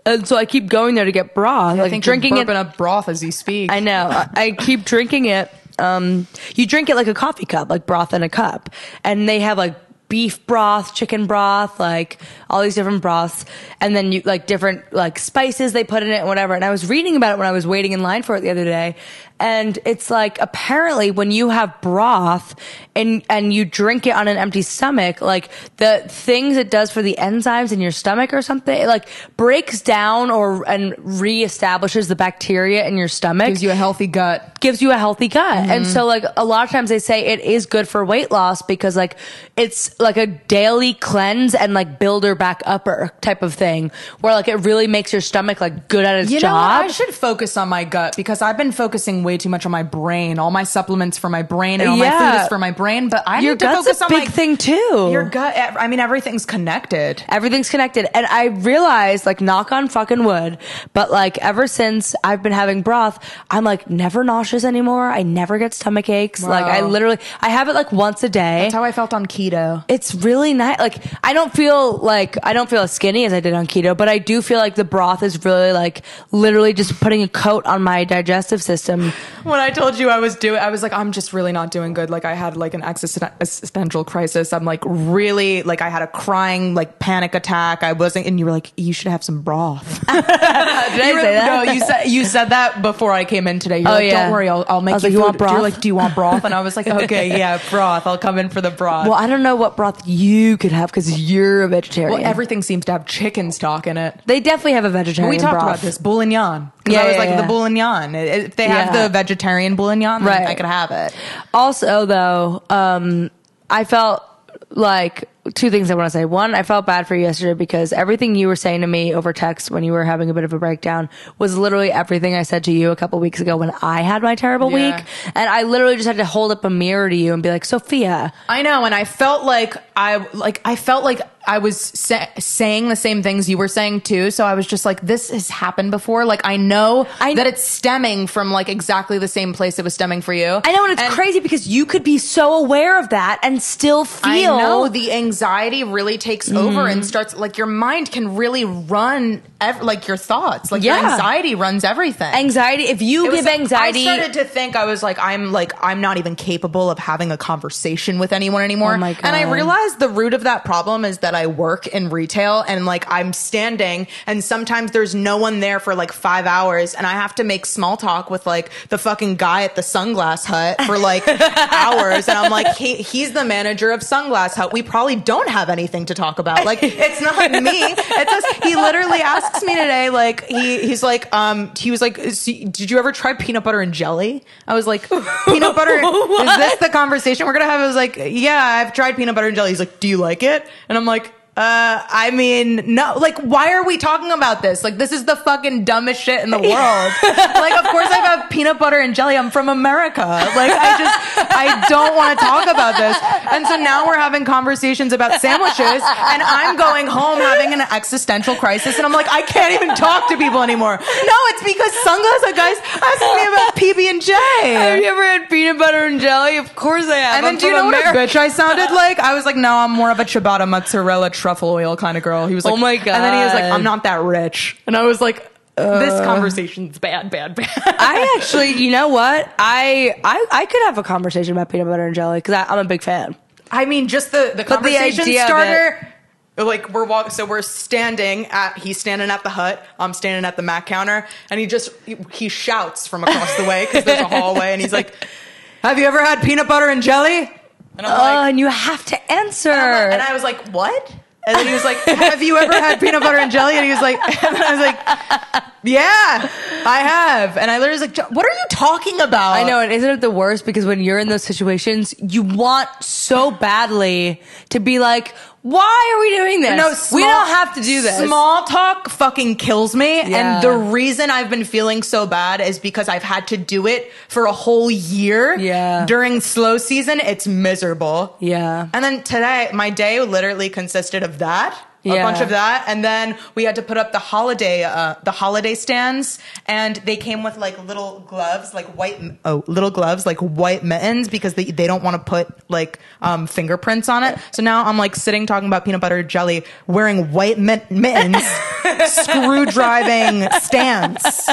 Speaker 2: And so I keep going there to get broth,
Speaker 1: I
Speaker 2: like
Speaker 1: think
Speaker 2: drinking
Speaker 1: you're
Speaker 2: it.
Speaker 1: burping up broth as you speak.
Speaker 2: I know. I- I keep drinking it. Um, you drink it like a coffee cup, like broth in a cup. And they have like beef broth, chicken broth, like all these different broths. And then you like different like spices they put in it and whatever. And I was reading about it when I was waiting in line for it the other day. And it's like apparently when you have broth and and you drink it on an empty stomach, like the things it does for the enzymes in your stomach or something, it like breaks down or and reestablishes the bacteria in your stomach
Speaker 1: Gives you Mm-hmm. a healthy gut.
Speaker 2: gives you a healthy gut. And so like a lot of times they say it is good for weight loss because like it's like a daily cleanse and like builder back upper type of thing where like it really makes your stomach like good at its
Speaker 1: You know,
Speaker 2: job.
Speaker 1: what? I should focus on my gut because I've been focusing way too much on my brain. All my supplements for my brain and all my
Speaker 2: Yeah.
Speaker 1: food is for my brain, but I
Speaker 2: your
Speaker 1: need to
Speaker 2: gut's
Speaker 1: focus
Speaker 2: a
Speaker 1: on
Speaker 2: big
Speaker 1: my
Speaker 2: thing too.
Speaker 1: Your gut. e, I mean, everything's connected.
Speaker 2: Everything's connected. And I realized, like, knock on fucking wood, but like, ever since I've been having broth, I'm like never nauseous anymore. I never get stomach aches. Like, I
Speaker 1: Wow.
Speaker 2: literally, I have it like once a day.
Speaker 1: That's how I felt on keto.
Speaker 2: it's really nice. Like I don't feel like I don't feel as skinny as I did on keto, but I do feel like the broth is really like literally just putting a coat on my digestive system.
Speaker 1: When I told you I was doing, I was like, I'm just really not doing good. Like I had like an existen- existential crisis. I'm like really like I had a crying like panic attack. I wasn't, and you were like, you should have some broth.
Speaker 2: Did I
Speaker 1: You were-
Speaker 2: say that?
Speaker 1: No, you said you said that before I came in today. You're
Speaker 2: Oh,
Speaker 1: like,
Speaker 2: yeah.
Speaker 1: don't worry, I'll, I'll make
Speaker 2: I was
Speaker 1: you.
Speaker 2: like, you
Speaker 1: food."
Speaker 2: want broth?
Speaker 1: You're like, do you want broth? And I was
Speaker 2: [LAUGHS]
Speaker 1: like, okay, yeah, broth. I'll come in for the broth.
Speaker 2: Well,
Speaker 1: Well,
Speaker 2: I don't know what broth you could have because you're a vegetarian.
Speaker 1: everything seems to have chicken stock in it.
Speaker 2: they definitely have a vegetarian.
Speaker 1: We talked
Speaker 2: broth.
Speaker 1: about this bouillon. Yeah,
Speaker 2: Yeah,
Speaker 1: I was
Speaker 2: yeah,
Speaker 1: like
Speaker 2: yeah.
Speaker 1: the bouillon. If they have
Speaker 2: Yeah.
Speaker 1: the vegetarian bouillon, then
Speaker 2: Right.
Speaker 1: I could have it.
Speaker 2: Also, though, um, I felt like two things I want to say. One, I felt bad for you yesterday because everything you were saying to me over text when you were having a bit of a breakdown was literally everything I said to you a couple weeks ago when I had my terrible
Speaker 1: Yeah.
Speaker 2: week. And I literally just had to hold up a mirror to you and be like, Sophia,
Speaker 1: I know, and I felt like I like I felt like I was sa- saying the same things you were saying too. So I was just like, this has happened before. Like I know
Speaker 2: I-
Speaker 1: that it's stemming from like exactly the same place it was stemming for you.
Speaker 2: I know, and it's crazy because you could be so aware of that and still feel. Mm-hmm.
Speaker 1: I know the anxiety really takes over and starts like your mind can really run ev- like your thoughts. Like your
Speaker 2: Yeah.
Speaker 1: anxiety runs everything.
Speaker 2: Anxiety. If you
Speaker 1: It was
Speaker 2: give
Speaker 1: like-
Speaker 2: anxiety,
Speaker 1: I started to think I was like, I'm like, I'm not even capable of having a conversation with anyone anymore.
Speaker 2: Oh my God.
Speaker 1: And I realized the root of that problem is that I work in retail and like I'm standing and sometimes there's no one there for like five hours and I have to make small talk with like the fucking guy at the sunglass hut for like hours. And I'm like, he, he's the manager of sunglass hut. We probably don't have anything to talk about. Like it's not me. It's us. He literally asks me today, like he, he's like, um, he was like, "Is- did you ever try peanut butter and jelly? I was like, peanut butter. is this the conversation we're gonna have? I was like, yeah, I've tried peanut butter and jelly. He's like, do you like it? And I'm like. Uh, I mean, no, like, why are we talking about this? Like, this is the fucking dumbest shit in the world. like, of course I've had peanut butter and jelly. I'm from America. Like, I just, I don't want to talk about this. And so now we're having conversations about sandwiches and I'm going home having an existential crisis. And I'm like, I can't even talk to people anymore. No, it's because sunglasses guys asked me about PB and
Speaker 2: Have
Speaker 1: J.
Speaker 2: you ever had peanut butter and jelly? Of course I have.
Speaker 1: And
Speaker 2: I'm
Speaker 1: then do you
Speaker 2: from
Speaker 1: know
Speaker 2: America.
Speaker 1: what a bitch I sounded like? I was like, no, I'm more of a ciabatta mozzarella truffle oil kind of girl. He was like,
Speaker 2: Oh my
Speaker 1: And then he was like,
Speaker 2: God.
Speaker 1: I'm not that rich. And I was like, this conversation's bad, bad, bad.
Speaker 2: uh,
Speaker 1: [LAUGHS]
Speaker 2: I actually, you know what? I I, I could have a conversation about peanut butter and jelly because I'm a big fan.
Speaker 1: I mean, just the the
Speaker 2: But the
Speaker 1: conversation
Speaker 2: idea of
Speaker 1: starter. Like we're walk, so we're standing at he's standing at the hut, I'm standing at the Mac counter, and he just he, he shouts from across the way because [LAUGHS] there's a hallway, and he's like, "Have you ever had peanut butter and jelly?" Uh, And I'm
Speaker 2: oh,
Speaker 1: like,
Speaker 2: and you have to answer.
Speaker 1: and, I was like, [LAUGHS] "What?" And then he was like, "Have you ever had peanut butter and jelly?" And he was like, and I was like, Yeah, I have. And I literally was like, "Jo- what are you talking about?
Speaker 2: I know, and isn't it the worst? Because when you're in those situations, you want so badly to be like, "Why are we doing this?
Speaker 1: No,
Speaker 2: we
Speaker 1: small-
Speaker 2: don't have to do this."
Speaker 1: Small talk fucking kills me.
Speaker 2: Yeah.
Speaker 1: And the reason I've been feeling so bad is because I've had to do it for a whole year.
Speaker 2: Yeah.
Speaker 1: During slow season, it's miserable.
Speaker 2: yeah,
Speaker 1: And then today, my day literally consisted of that. A
Speaker 2: Yeah.
Speaker 1: bunch of that, and then we had to put up the holiday, uh, the holiday stands, and they came with like little gloves, like white, oh, little gloves, like white mittens, because they they don't want to put like um, fingerprints on it. So now I'm like sitting talking about peanut butter jelly, wearing white mit-
Speaker 2: [LAUGHS]
Speaker 1: mittens, screw driving stands.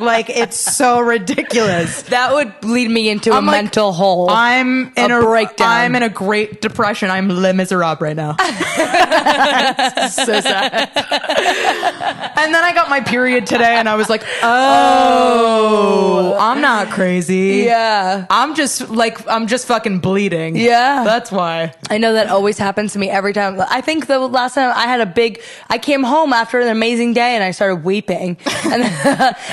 Speaker 1: Like it's so ridiculous.
Speaker 2: [LAUGHS] that would lead me into a
Speaker 1: I'm like,
Speaker 2: mental hole.
Speaker 1: I'm in
Speaker 2: A
Speaker 1: a,
Speaker 2: breakdown.
Speaker 1: I'm in a great depression. I'm Les Miserables right
Speaker 2: [LAUGHS]
Speaker 1: now. so sad. and then I got my period today, and I was
Speaker 2: [LAUGHS]
Speaker 1: like, oh, I'm not crazy.
Speaker 2: yeah,
Speaker 1: I'm just like I'm just fucking bleeding.
Speaker 2: Yeah.
Speaker 1: that's why.
Speaker 2: I know that always happens to me every time. I think the last time I had a big, I came home after an amazing day and I
Speaker 1: [LAUGHS]
Speaker 2: started weeping, and [LAUGHS] and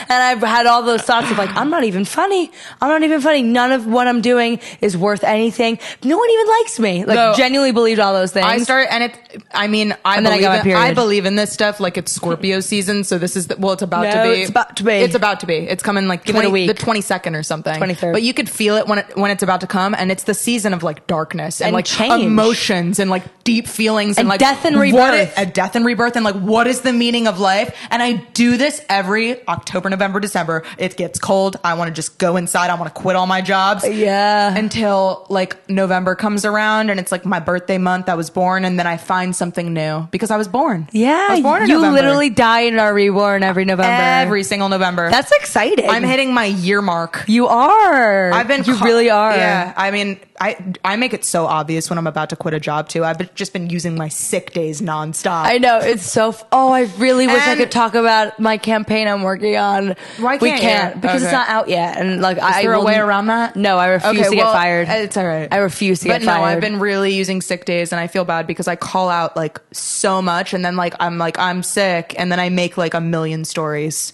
Speaker 2: I had all those thoughts of like, I'm not even funny. I'm not even funny. None of what I'm doing is worth anything. No one even likes me. Like,
Speaker 1: No.
Speaker 2: genuinely believed all those things.
Speaker 1: I start and it. I mean, I
Speaker 2: And then I
Speaker 1: believe
Speaker 2: got my
Speaker 1: in, I
Speaker 2: period.
Speaker 1: believe in this stuff. Like it's Scorpio season, so this is the, well, it's about
Speaker 2: No,
Speaker 1: to be.
Speaker 2: it's about to be.
Speaker 1: It's about to be. It's coming like
Speaker 2: in a
Speaker 1: 20,
Speaker 2: week.
Speaker 1: the twenty second or something.
Speaker 2: 23rd.
Speaker 1: But you could feel it when it when it's about to come, and it's the season of like darkness and,
Speaker 2: And
Speaker 1: like
Speaker 2: change.
Speaker 1: emotions and like deep feelings and,
Speaker 2: And
Speaker 1: like
Speaker 2: death and
Speaker 1: what
Speaker 2: rebirth.
Speaker 1: i- a death and rebirth and like what is the meaning of life? And I do this every October, November, December. It gets cold. I want to just go inside. I want to quit all my jobs
Speaker 2: yeah.
Speaker 1: until like November comes around and it's like my birthday month. I was born, and then I find something new because I was born.
Speaker 2: Yeah,
Speaker 1: I was born in
Speaker 2: you
Speaker 1: November.
Speaker 2: literally die and are reborn every November.
Speaker 1: every single November.
Speaker 2: that's exciting.
Speaker 1: I'm hitting my year mark.
Speaker 2: You are.
Speaker 1: I've been
Speaker 2: You
Speaker 1: ca-
Speaker 2: really are.
Speaker 1: Yeah, I mean, I I make it so obvious when I'm about to quit a job too. I've been- just been using my sick days nonstop.
Speaker 2: I know it's so. F- oh, I really wish I
Speaker 1: And-
Speaker 2: could talk about my campaign I'm working on.
Speaker 1: Why
Speaker 2: we
Speaker 1: can't
Speaker 2: can't
Speaker 1: you?
Speaker 2: because it's
Speaker 1: Okay.
Speaker 2: not out yet, and like I
Speaker 1: there a
Speaker 2: will-
Speaker 1: way around that?
Speaker 2: No, I refuse to get
Speaker 1: well,
Speaker 2: fired.
Speaker 1: It's all right.
Speaker 2: I refuse to
Speaker 1: but
Speaker 2: get
Speaker 1: no,
Speaker 2: fired.
Speaker 1: I've been really using sick days, and I feel bad because I call out like so much, and then like I'm like I'm sick, and then I make like a million stories.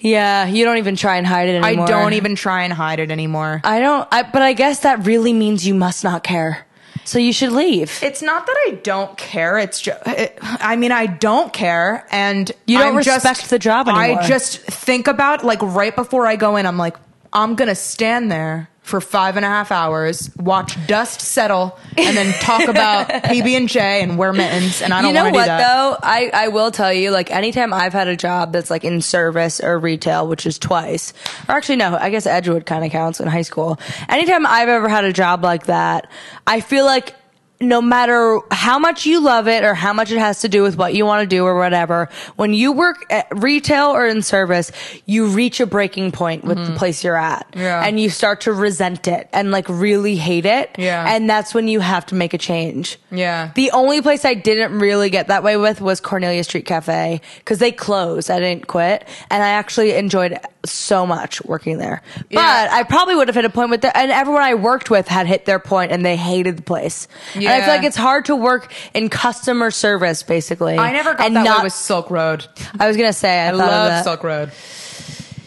Speaker 2: yeah, you don't even try and hide it anymore.
Speaker 1: I don't even try and hide it anymore.
Speaker 2: I don't. I, but I guess that really means you must not care. So you should leave.
Speaker 1: It's not that I don't care. It's just, it, I mean, I don't care, and
Speaker 2: You don't
Speaker 1: I'm just-
Speaker 2: respect the job anymore.
Speaker 1: I just think about like right before I go in, I'm like, I'm gonna stand there for five and a half hours, watch dust settle, and then talk about
Speaker 2: [LAUGHS]
Speaker 1: PB and J and wear mittens, and I don't
Speaker 2: you know
Speaker 1: want to
Speaker 2: what
Speaker 1: do that.
Speaker 2: though I, I will tell you like anytime i've had a job that's like in service or retail which is twice or actually no i guess edgewood kind of counts in high school anytime i've ever had a job like that i feel like no matter how much you love it or how much it has to do with what you want to do or whatever, when you work at retail or in service, you reach a breaking point with the place you're at.
Speaker 1: Mm-hmm. Yeah.
Speaker 2: And you start to resent it and like really hate it.
Speaker 1: Yeah.
Speaker 2: And that's when you have to make a change.
Speaker 1: Yeah.
Speaker 2: The only place I didn't really get that way with was Cornelia Street Cafe because they closed. I didn't quit, and I actually enjoyed so much working there. But I probably would have hit a point with that, and everyone I worked with had hit their point, and they hated the place. And I
Speaker 1: Yeah.
Speaker 2: feel like it's hard to work in customer service, basically.
Speaker 1: I never got
Speaker 2: and
Speaker 1: that
Speaker 2: not-
Speaker 1: way with Silk Road.
Speaker 2: I was gonna say I,
Speaker 1: I
Speaker 2: thought of
Speaker 1: love
Speaker 2: that.
Speaker 1: Silk Road.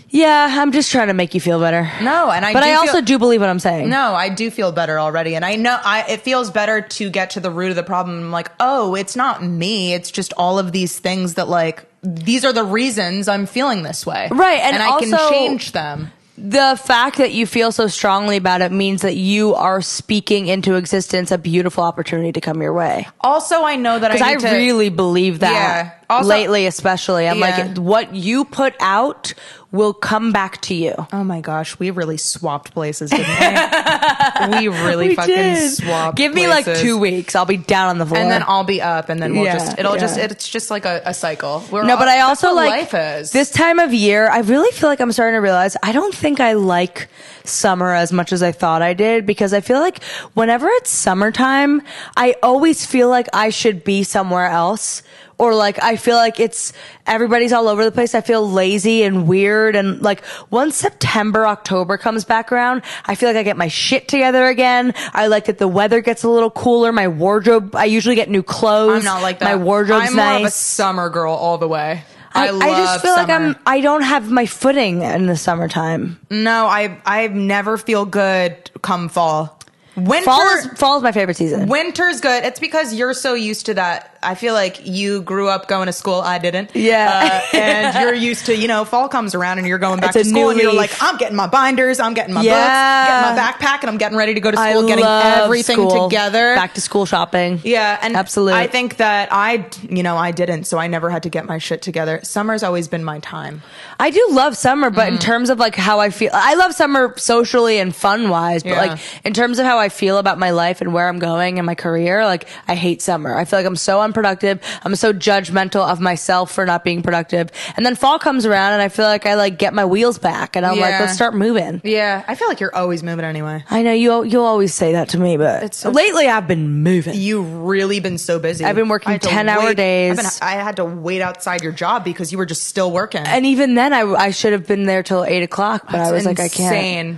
Speaker 2: Yeah, I'm just trying to make you feel better.
Speaker 1: No, and I
Speaker 2: but
Speaker 1: do
Speaker 2: I
Speaker 1: feel-
Speaker 2: also do believe what I'm saying.
Speaker 1: No, I do feel better already, and I know I. It feels better to get to the root of the problem. I'm like, oh, it's not me. It's just all of these things that like these are the reasons I'm feeling this way,
Speaker 2: Right, and
Speaker 1: I can
Speaker 2: also-
Speaker 1: change them.
Speaker 2: the fact that you feel so strongly about it means that you are speaking into existence a beautiful opportunity to come your way.
Speaker 1: Also, I know that I,
Speaker 2: Because I,
Speaker 1: need to-
Speaker 2: really believe that.
Speaker 1: Yeah. Also-
Speaker 2: Lately, especially, I'm
Speaker 1: Yeah.
Speaker 2: like, what you put out will come back to you.
Speaker 1: Oh my gosh, we really swapped places, didn't we? [LAUGHS] we really fucking swapped.
Speaker 2: Give me like
Speaker 1: places.
Speaker 2: two weeks. I'll be down on the floor.
Speaker 1: And then I'll be up, and then we'll
Speaker 2: Yeah,
Speaker 1: just it'll
Speaker 2: yeah.
Speaker 1: just it's just like a, a cycle. We're
Speaker 2: no,
Speaker 1: all-
Speaker 2: but I
Speaker 1: that's
Speaker 2: also
Speaker 1: what
Speaker 2: like
Speaker 1: life is
Speaker 2: this time of year. I really feel like I'm starting to realize I don't think I like summer as much as I thought I did because I feel like whenever it's summertime, I always feel like I should be somewhere else. Or like I feel like it's everybody's all over the place. I feel lazy and weird and like once September, October comes back around, I feel like I get my shit together again. I like that the weather gets a little cooler. My wardrobe I usually get new clothes.
Speaker 1: I'm not like that.
Speaker 2: My wardrobe's
Speaker 1: I'm
Speaker 2: nice.
Speaker 1: more of a summer girl all the way. I, love
Speaker 2: just feel like
Speaker 1: summer.
Speaker 2: I'm I don't have my footing in the summertime.
Speaker 1: No, I I never feel good come fall. Winter
Speaker 2: Fall is fall is my favorite season.
Speaker 1: winter's good. It's because you're so used to that. I feel like you grew up going to school. I didn't.
Speaker 2: Yeah.
Speaker 1: Uh, and you're used to, you know, fall comes around and you're going back
Speaker 2: It's a
Speaker 1: to school
Speaker 2: new
Speaker 1: and you're like,
Speaker 2: leaf.
Speaker 1: I'm getting my binders, I'm getting my
Speaker 2: Yeah.
Speaker 1: books, getting my backpack, and I'm getting ready to go to
Speaker 2: I
Speaker 1: school, getting
Speaker 2: love
Speaker 1: everything
Speaker 2: school.
Speaker 1: together.
Speaker 2: Back to school shopping.
Speaker 1: yeah, and
Speaker 2: Absolute.
Speaker 1: I think that I, you know, I didn't, so I never had to get my shit together. Summer's always been my time.
Speaker 2: I do love summer, but
Speaker 1: Mm.
Speaker 2: in terms of like how I feel, I love summer socially and fun wise, but
Speaker 1: Yeah.
Speaker 2: like in terms of how I feel about my life and where I'm going and my career, like I hate summer. I feel like I'm so unproductive. I'm so judgmental of myself for not being productive. And then fall comes around and I feel like I like get my wheels back and I'm like,
Speaker 1: Yeah.
Speaker 2: let's start moving.
Speaker 1: Yeah, I feel like you're always moving anyway.
Speaker 2: I know you, al- you always say that to me, but
Speaker 1: It's so-
Speaker 2: lately I've been moving.
Speaker 1: You've really been so busy.
Speaker 2: I've been working
Speaker 1: I had to
Speaker 2: 10-hour
Speaker 1: wait-
Speaker 2: days.
Speaker 1: I've been- I had to wait outside your job because you were just still working.
Speaker 2: and even then, I, I should have been there till eight o'clock, but I was like, I can't.
Speaker 1: Insane.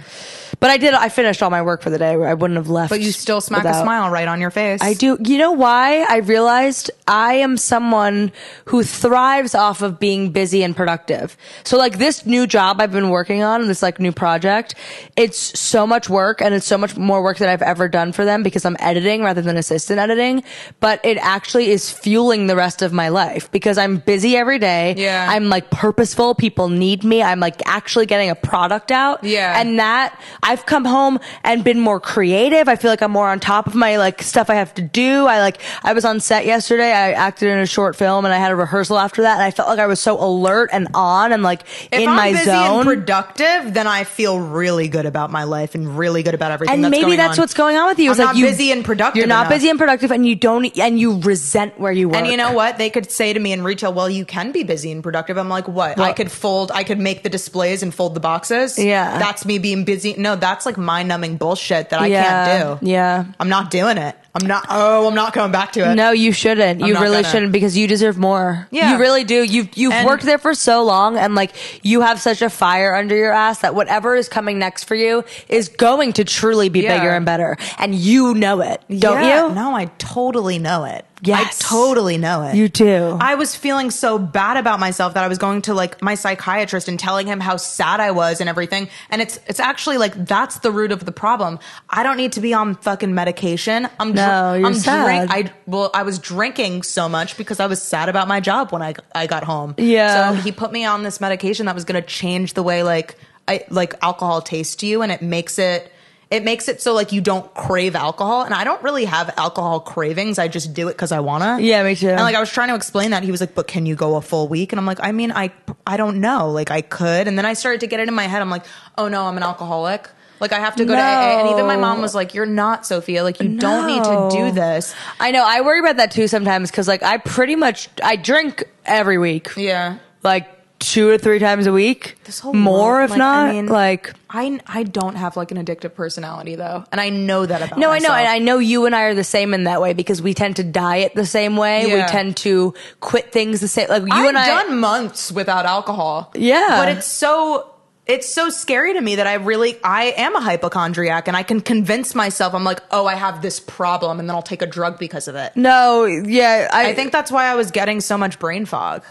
Speaker 2: But I did. I finished all my work for the day. I wouldn't have left.
Speaker 1: But you still smack a
Speaker 2: without-
Speaker 1: smile right on your face.
Speaker 2: I do. You know why? I realized I am someone who thrives off of being busy and productive. So like this new job I've been working on, this like new project, it's so much work and it's so much more work than I've ever done for them because I'm editing rather than assistant editing, but it actually is fueling the rest of my life because I'm busy every day.
Speaker 1: Yeah.
Speaker 2: I'm like purposeful. People need me. I'm like actually getting a product out.
Speaker 1: Yeah.
Speaker 2: And that I've come home and been more creative. I feel like I'm more on top of my like stuff I have to do. I like I was on set yesterday. I acted in a short film and I had a rehearsal after that and I felt like I was so alert and on and like
Speaker 1: If
Speaker 2: in
Speaker 1: I'm
Speaker 2: my
Speaker 1: busy
Speaker 2: zone.
Speaker 1: and productive, then I feel really good about my life and really good about everything.
Speaker 2: and
Speaker 1: that's
Speaker 2: maybe
Speaker 1: going
Speaker 2: that's
Speaker 1: on.
Speaker 2: what's going on with you.
Speaker 1: I'm
Speaker 2: It's like
Speaker 1: not
Speaker 2: you,
Speaker 1: busy and productive.
Speaker 2: You're not
Speaker 1: enough.
Speaker 2: busy and productive, and you don't, and you resent where you work.
Speaker 1: And you know what? They could say to me in retail, "Well, you can be busy and productive." I'm like, "What? I
Speaker 2: Well-
Speaker 1: could fold. I could make the displays and fold the boxes.
Speaker 2: Yeah.
Speaker 1: that's me being busy. No, that's like mind numbing bullshit that I
Speaker 2: yeah,
Speaker 1: can't do.
Speaker 2: Yeah,
Speaker 1: I'm not doing it. I'm not. Oh, I'm not coming back to it.
Speaker 2: No, you shouldn't. you
Speaker 1: not
Speaker 2: really
Speaker 1: gonna.
Speaker 2: shouldn't because you deserve more.
Speaker 1: Yeah.
Speaker 2: You really do. You've you've
Speaker 1: And-
Speaker 2: worked there for so long and like you have such a fire under your ass that whatever is coming next for you is going to truly be
Speaker 1: Yeah.
Speaker 2: bigger and better. And you know it. Don't
Speaker 1: Yeah.
Speaker 2: you?
Speaker 1: No, I totally know it. I
Speaker 2: Yes.
Speaker 1: totally know it.
Speaker 2: You do.
Speaker 1: I was feeling so bad about myself that I was going to like my psychiatrist and telling him how sad I was and everything. And it's it's actually like that's the root of the problem. I don't need to be on fucking medication. I'm dr-
Speaker 2: No, you're
Speaker 1: I'm
Speaker 2: sad.
Speaker 1: Drink- I well, I was drinking so much because I was sad about my job when I I got home.
Speaker 2: Yeah.
Speaker 1: So he put me on this medication that was going to change the way like I like alcohol tastes to you, and it makes it. It makes it so like you don't crave alcohol, and I don't really have alcohol cravings. I just do it because I wanna.
Speaker 2: Yeah, me too.
Speaker 1: And like I was trying to explain that he was like, "But can you go a full week?" And I'm like, "I mean, I I don't know. Like I could." And then I started to get it in my head. I'm like, "Oh no, I'm an alcoholic." Like I have to go to AA. And even my
Speaker 2: No.
Speaker 1: mom was like, "You're not, Sophia. Like you don't need to
Speaker 2: No.
Speaker 1: do this."
Speaker 2: I know. I worry about that too sometimes because like I pretty much I drink every week.
Speaker 1: Yeah.
Speaker 2: Like two or three times a week.
Speaker 1: This whole
Speaker 2: more
Speaker 1: month,
Speaker 2: if
Speaker 1: like, I
Speaker 2: not.
Speaker 1: mean-
Speaker 2: like
Speaker 1: I I don't have like an addictive personality though, and I know that about
Speaker 2: No,
Speaker 1: myself.
Speaker 2: I know, and I know you and I are the same in that way because we tend to diet the same way. We
Speaker 1: Yeah.
Speaker 2: tend to quit things the same. Like you
Speaker 1: I've
Speaker 2: and I,
Speaker 1: done months without alcohol.
Speaker 2: Yeah.
Speaker 1: But it's so it's so scary to me that I really I am a hypochondriac and I can convince myself I'm like, "Oh, I have this problem," and then I'll take a drug because of it.
Speaker 2: no, yeah, I,
Speaker 1: I think that's why I was getting so much brain fog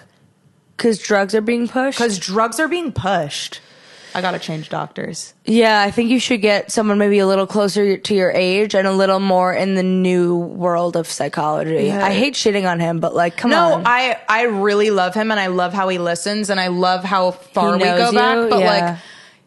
Speaker 2: because drugs are being pushed.
Speaker 1: cuz drugs are being pushed. I got to change doctors.
Speaker 2: Yeah, I think you should get someone maybe a little closer to your age and a little more in the new world of psychology.
Speaker 1: Yeah.
Speaker 2: I hate shitting on him, but like, come
Speaker 1: No,
Speaker 2: on.
Speaker 1: I I really love him and I love how he listens and I love how far we go
Speaker 2: knows
Speaker 1: back,
Speaker 2: you,
Speaker 1: but
Speaker 2: yeah.
Speaker 1: like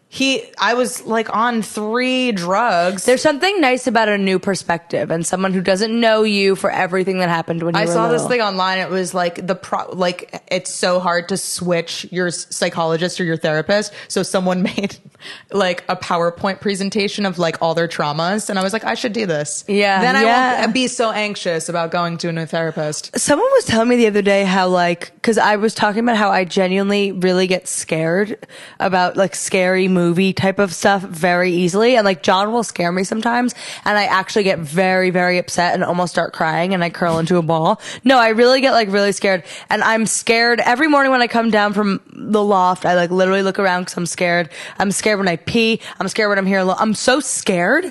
Speaker 1: he I was like on 3 drugs.
Speaker 2: There's something nice about a new perspective and someone who doesn't know you for everything that happened when you
Speaker 1: I
Speaker 2: were
Speaker 1: saw this
Speaker 2: little.
Speaker 1: thing online. It was like the pro, like it's so hard to switch your s- psychologist or your therapist. So someone [LAUGHS] made like a PowerPoint presentation of like all their traumas, and I was like, I should do this.
Speaker 2: Yeah,
Speaker 1: then I
Speaker 2: yeah.
Speaker 1: won't be so anxious about going to a new therapist.
Speaker 2: Someone was telling me the other day how like because I was talking about how I genuinely really get scared about like scary movie type of stuff very easily, and like John will scare me sometimes, and I actually get very very upset and almost start crying, and I curl into a ball. No, I really get like really scared, and I'm scared every morning when I come down from the loft. I like literally look around because I'm scared. I'm scared when I pee. I'm scared when I'm here alone. I'm so scared.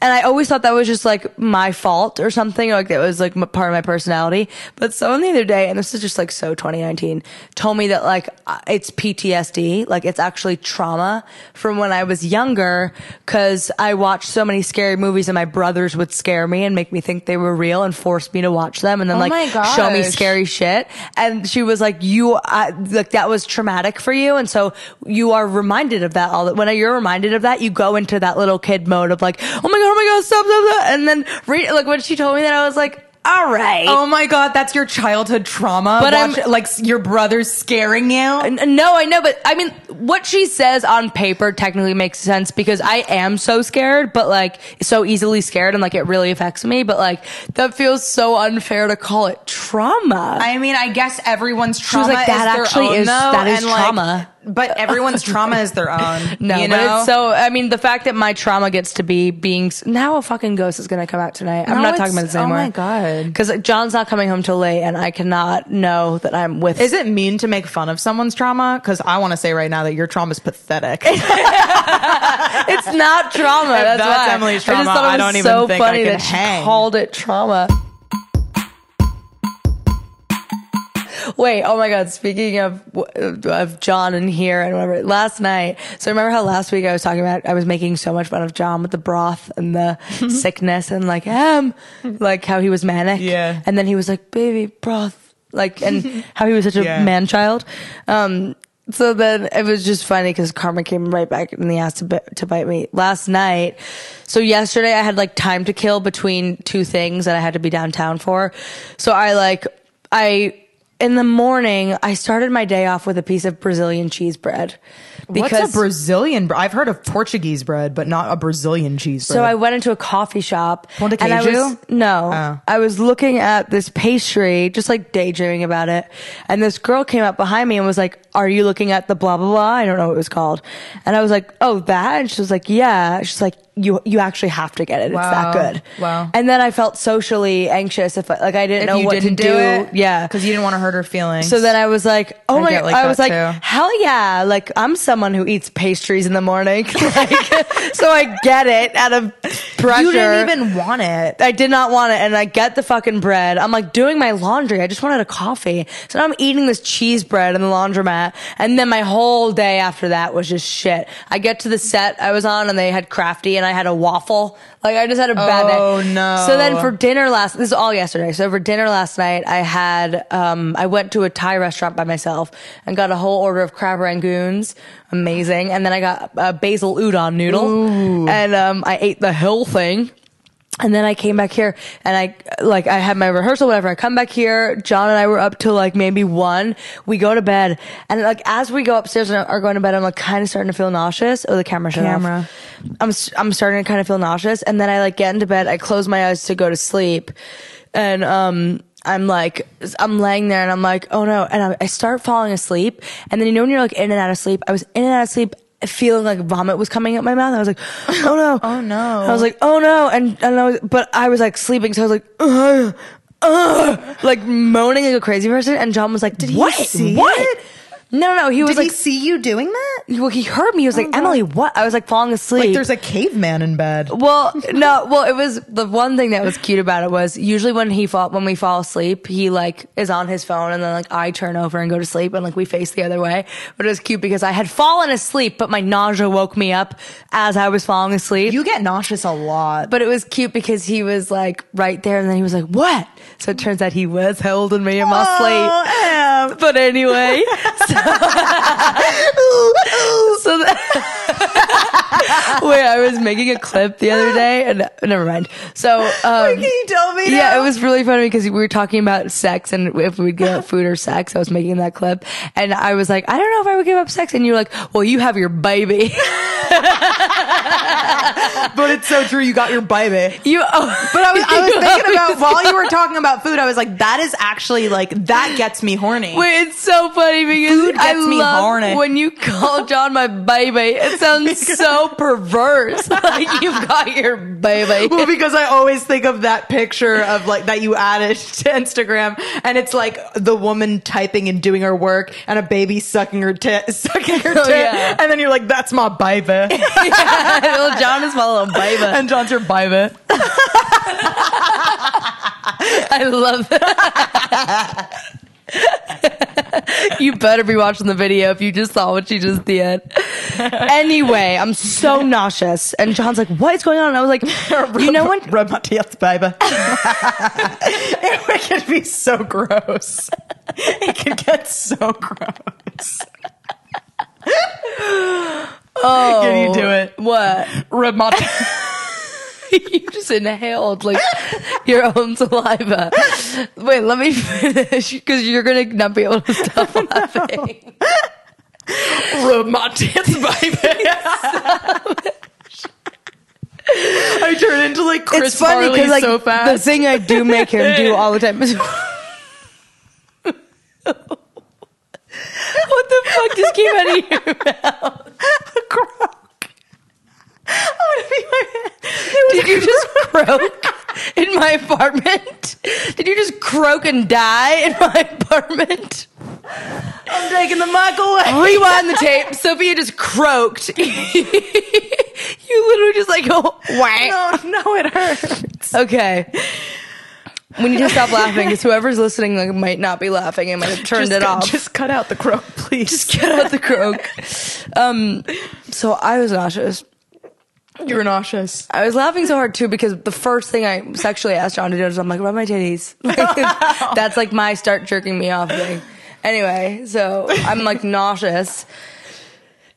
Speaker 2: And I always thought that was just like my fault or something. Like that was like m- part of my personality. But someone the other day, and this is just like so 2019, told me that like uh, it's PTSD. Like it's actually trauma from when I was younger because I watched so many scary movies and my brothers would scare me and make me think they were real and force me to watch them and then
Speaker 1: Oh my
Speaker 2: like show me
Speaker 1: gosh.
Speaker 2: scary shit. And she was like, you, I, like that was traumatic for you. And so you are reminded of that all the, when you're reminded of that, you go into that little kid mode of like, oh my God, oh my God, stop, stop, stop. And then re- like when she told me that, I was like, all right.
Speaker 1: Oh my god, that's your childhood trauma.
Speaker 2: But I'm-
Speaker 1: Watch- like your brother's scaring you.
Speaker 2: N- No, I know, but I mean, what she says on paper technically makes sense because I am so scared, but like so easily scared, and like it really affects me. But like that feels so unfair to call it trauma.
Speaker 1: I mean, I guess everyone's trauma
Speaker 2: was like,
Speaker 1: is
Speaker 2: "That
Speaker 1: their
Speaker 2: actually
Speaker 1: own,
Speaker 2: is-
Speaker 1: though,
Speaker 2: that is
Speaker 1: and, like,
Speaker 2: trauma.
Speaker 1: but everyone's trauma is their
Speaker 2: [LAUGHS]
Speaker 1: own.
Speaker 2: no,
Speaker 1: you
Speaker 2: but
Speaker 1: know?
Speaker 2: it's so. I mean, the fact that my trauma gets to be being s- now a fucking ghost is gonna come out tonight. I'm
Speaker 1: No,
Speaker 2: not talking
Speaker 1: it's-
Speaker 2: about this
Speaker 1: oh
Speaker 2: anymore.
Speaker 1: my God.
Speaker 2: because John's not coming home till late, and I cannot know that I'm with.
Speaker 1: Is it mean to make fun of someone's trauma? Because I want to say right now that your trauma is [LAUGHS] pathetic.
Speaker 2: it's not trauma.
Speaker 1: If
Speaker 2: That's,
Speaker 1: that's
Speaker 2: why.
Speaker 1: Emily's
Speaker 2: I
Speaker 1: trauma,
Speaker 2: just thought it was
Speaker 1: I don't even
Speaker 2: so
Speaker 1: think I
Speaker 2: funny
Speaker 1: can
Speaker 2: that
Speaker 1: hang.
Speaker 2: she called it trauma. Wait, oh my God! Speaking of of John and here and whatever, last night. So remember how last week I was talking about I was making so much fun of John with the broth
Speaker 1: [LAUGHS]
Speaker 2: and the sickness and like um like how he was manic.
Speaker 1: Yeah.
Speaker 2: and then he was like, "Baby, broth,"
Speaker 1: [LAUGHS]
Speaker 2: like and how he was such a
Speaker 1: Yeah.
Speaker 2: man child. Um, so then it was just funny because karma came right back in the ass to, bi- to bite me last night. So yesterday I had like time to kill between two things that I had to be downtown for. So I like, I, in the morning, I started my day off with a piece of Brazilian cheese bread.
Speaker 1: What's a Brazilian? Bre- I've heard of Portuguese bread, but not a Brazilian cheese bread.
Speaker 2: So I went into a coffee shop.
Speaker 1: Ponte
Speaker 2: and I
Speaker 1: Queijo?
Speaker 2: was no.
Speaker 1: Oh.
Speaker 2: I was looking at this pastry, just like daydreaming about it. And this girl came up behind me and was like, "Are you looking at the blah blah blah?" I don't know what it was called. And I was like, "Oh, that." And she was like, "Yeah." She's like, "You you actually have to get it. It's
Speaker 1: Wow.
Speaker 2: that good."
Speaker 1: Wow.
Speaker 2: And then I felt socially anxious if I- like I didn't
Speaker 1: If
Speaker 2: know
Speaker 1: you
Speaker 2: what
Speaker 1: didn't
Speaker 2: to
Speaker 1: do,
Speaker 2: do.
Speaker 1: it,
Speaker 2: Yeah.
Speaker 1: because you didn't want to hurt her feelings.
Speaker 2: So then I was like, oh
Speaker 1: I
Speaker 2: my,
Speaker 1: get like
Speaker 2: I was
Speaker 1: that
Speaker 2: like,
Speaker 1: too.
Speaker 2: hell yeah. Like I'm someone who eats pastries in the morning. [LAUGHS] Like, so I get it out of pressure.
Speaker 1: you didn't even want it.
Speaker 2: I did not want it. And I get the fucking bread. I'm like doing my laundry. I just wanted a coffee. So now I'm eating this cheese bread in the laundromat. And then my whole day after that was just shit. I get to the set I was on and they had crafty and I had a waffle. Like I just had a bad day.
Speaker 1: Oh, no.
Speaker 2: So then for dinner last, this is all yesterday. So for dinner last night, I had, um, I went to a Thai restaurant by myself and got a whole order of crab rangoons. Amazing. And then I got a basil udon noodle and, um, I ate the whole thing. And then I came back here and I, like, I had my rehearsal, whatever. I come back here. John and I were up till like maybe one. We go to bed. And like, as we go upstairs and are going to bed, I'm like kind of starting to feel nauseous. Oh, the camera shut
Speaker 1: Camera.
Speaker 2: off. I'm, s- I'm starting to kind of feel nauseous. And then I like get into bed. I close my eyes to go to sleep. And, um, I'm like, I'm laying there and I'm like, oh no. And I, I start falling asleep. And then you know, when you're like in and out of sleep, I was in and out of sleep feeling like vomit was coming out my mouth. I was like, [GASPS] oh no.
Speaker 1: Oh, no.
Speaker 2: I was like, like, oh no, and and I was, but I was like sleeping, so I was like, ugh, ugh, like moaning like a crazy person. And John was like, did
Speaker 1: he
Speaker 2: what?
Speaker 1: see
Speaker 2: what?
Speaker 1: it?
Speaker 2: No, no, he was like,
Speaker 1: see you doing that?
Speaker 2: well, he heard me. He was like,
Speaker 1: God.
Speaker 2: Emily, what? I was like falling asleep.
Speaker 1: Oh, Like there's a caveman in bed.
Speaker 2: Well, no. Well, it was the one thing that was cute about it was usually when he fall when we fall asleep, he like is on his phone, and then like I turn over and go to sleep, and like we face the other way. But it was cute because I had fallen asleep, but my nausea woke me up as I was falling asleep.
Speaker 1: You get nauseous a lot.
Speaker 2: But it was cute because he was like right there, and then he was like, "What?" So it turns out he was holding me in my
Speaker 1: Oh,
Speaker 2: sleep.
Speaker 1: [LAUGHS]
Speaker 2: But anyway, so, so [LAUGHS] the- wait, I was making a clip the other day, and never mind. So
Speaker 1: Em.
Speaker 2: um,
Speaker 1: Can you tell me?
Speaker 2: yeah,
Speaker 1: now? [LAUGHS]
Speaker 2: it was really funny because we were talking about sex and if we'd give up food or sex. I was making that clip, and I was like, I don't know if I would give up sex, and you were like, Well, you have your baby. [LAUGHS]
Speaker 1: But it's so true. You got your baby.
Speaker 2: You. Oh.
Speaker 1: But I was, [LAUGHS] I was
Speaker 2: [LAUGHS] You
Speaker 1: thinking about
Speaker 2: always
Speaker 1: while you [LAUGHS] were talking about food, I was like, that is actually like that gets me horny.
Speaker 2: Wait, it's so funny because
Speaker 1: Food
Speaker 2: I
Speaker 1: gets me
Speaker 2: love
Speaker 1: horny.
Speaker 2: when you call John my baby.
Speaker 1: [LAUGHS]
Speaker 2: It sounds so perverse. [LAUGHS] like you've got your baby.
Speaker 1: Well, because I always think of that picture of like that you added to Instagram, and it's like the woman typing and doing her work, and a baby sucking her tit, [LAUGHS] sucking her tit,
Speaker 2: Oh, yeah.
Speaker 1: and then you're like, "That's my baby." [LAUGHS] baby.
Speaker 2: [LAUGHS] Little John is my little baby.
Speaker 1: and John's your baby.
Speaker 2: [LAUGHS] I love that. you better be watching the video if you just saw what she just did. Anyway, I'm so nauseous. And John's like, what is going on? And I
Speaker 1: [LAUGHS]
Speaker 2: was like, you know when
Speaker 1: Rub my teeth, [LAUGHS] baby. it could be so gross. It could get so gross.
Speaker 2: oh,
Speaker 1: Can you do it?
Speaker 2: What?
Speaker 1: Rub [LAUGHS] my teeth.
Speaker 2: [LAUGHS] you just inhaled like [LAUGHS] your own saliva. Wait, let me finish because you're gonna not be able
Speaker 1: [LAUGHS]
Speaker 2: to stop laughing.
Speaker 1: Rub my
Speaker 2: [LAUGHS]
Speaker 1: tits, baby. I turn into like Chris
Speaker 2: it's funny
Speaker 1: Farley
Speaker 2: because like
Speaker 1: so
Speaker 2: the
Speaker 1: fast.
Speaker 2: thing I do make him do all the
Speaker 1: [LAUGHS]
Speaker 2: time is [LAUGHS] what the fuck just came out of your mouth? Oh, Did you just croak in my apartment? Did you just croak and die in my apartment?
Speaker 1: I'm taking the mic away.
Speaker 2: Rewind the tape. Sophia just croaked. [LAUGHS] you literally just like go whack.
Speaker 1: No, no, it [LAUGHS] hurts.
Speaker 2: Okay. We need to stop laughing because whoever's listening like, might not be laughing. I might have turned
Speaker 1: Just
Speaker 2: it
Speaker 1: cut-
Speaker 2: off.
Speaker 1: Just cut out the
Speaker 2: [LAUGHS]
Speaker 1: croak, please.
Speaker 2: get out the croak. Um, so I was nauseous.
Speaker 1: you were nauseous.
Speaker 2: I was laughing so hard too because the first thing I sexually asked John to do was I'm like, rub my titties. [LAUGHS]
Speaker 1: [LAUGHS]
Speaker 2: Like, that's like my start jerking me off thing. Anyway, so I'm like nauseous.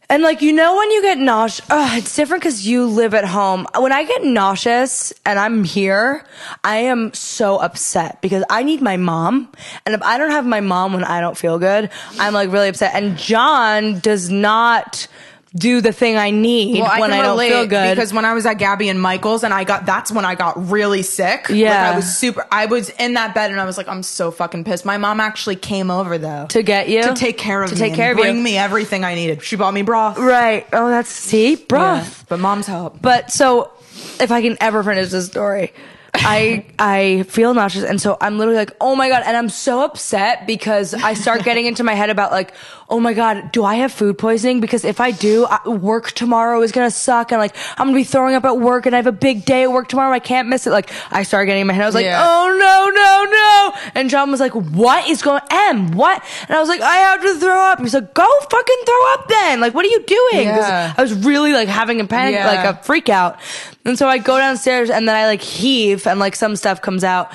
Speaker 2: And like you know when you get nauseous, it's different because you live at home. When I get nauseous and I'm here, I am so upset because I need my mom, and if I don't have my mom when I don't feel good, I'm like really upset. And John does not do the thing I need
Speaker 1: Well, I
Speaker 2: when
Speaker 1: can
Speaker 2: I don't
Speaker 1: relate
Speaker 2: feel good
Speaker 1: because when I was at Gabby and Michael's, and I got that's when I got really sick. Like,
Speaker 2: Yeah.
Speaker 1: I was super. I was in that bed, and I was like, I'm so fucking pissed. My mom actually came over though
Speaker 2: to get you
Speaker 1: to take care of
Speaker 2: to
Speaker 1: me
Speaker 2: take
Speaker 1: and
Speaker 2: care of
Speaker 1: bring
Speaker 2: you.
Speaker 1: me everything I needed. She bought me broth,
Speaker 2: Right. Oh, that's see broth.
Speaker 1: Yeah. but mom's help.
Speaker 2: But so, if I can ever finish this
Speaker 1: [LAUGHS]
Speaker 2: story, I I feel nauseous, and so I'm literally like, oh my god, and I'm so upset because I start getting into my head about like, oh my god, do I have food poisoning? Because if I do, I, work tomorrow is gonna suck, and like I'm gonna be throwing up at work, and I have a big day at work tomorrow, I can't miss it. Like I started getting in my head, I was like,
Speaker 1: Yeah.
Speaker 2: oh no, no, no, and John was like, what is going, M, what? And I was like, I have to throw up. He's like, go fucking throw up then. Like what are you doing? 'Cause
Speaker 1: Yeah.
Speaker 2: I was really like having a panic,
Speaker 1: Yeah.
Speaker 2: like a freak out. And so I go downstairs and then I like heave and like some stuff comes out.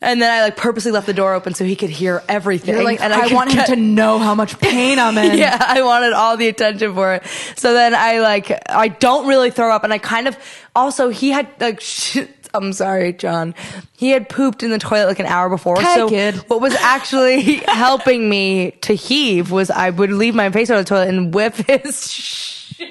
Speaker 2: And then I like purposely left the door open so he could hear everything.
Speaker 1: You're like,
Speaker 2: and
Speaker 1: I,
Speaker 2: could
Speaker 1: want
Speaker 2: get- [LAUGHS]
Speaker 1: him to know how much pain I'm in.
Speaker 2: yeah, I wanted all the attention for it. So then I like, I don't really throw up, and I kind of also he had like, [LAUGHS] shit, I'm sorry, John, he had pooped in the toilet like an hour before.
Speaker 1: Okay,
Speaker 2: so
Speaker 1: kid.
Speaker 2: what was actually [LAUGHS] helping me to heave was I would leave my face on the toilet and whip his. [LAUGHS]
Speaker 1: Ew!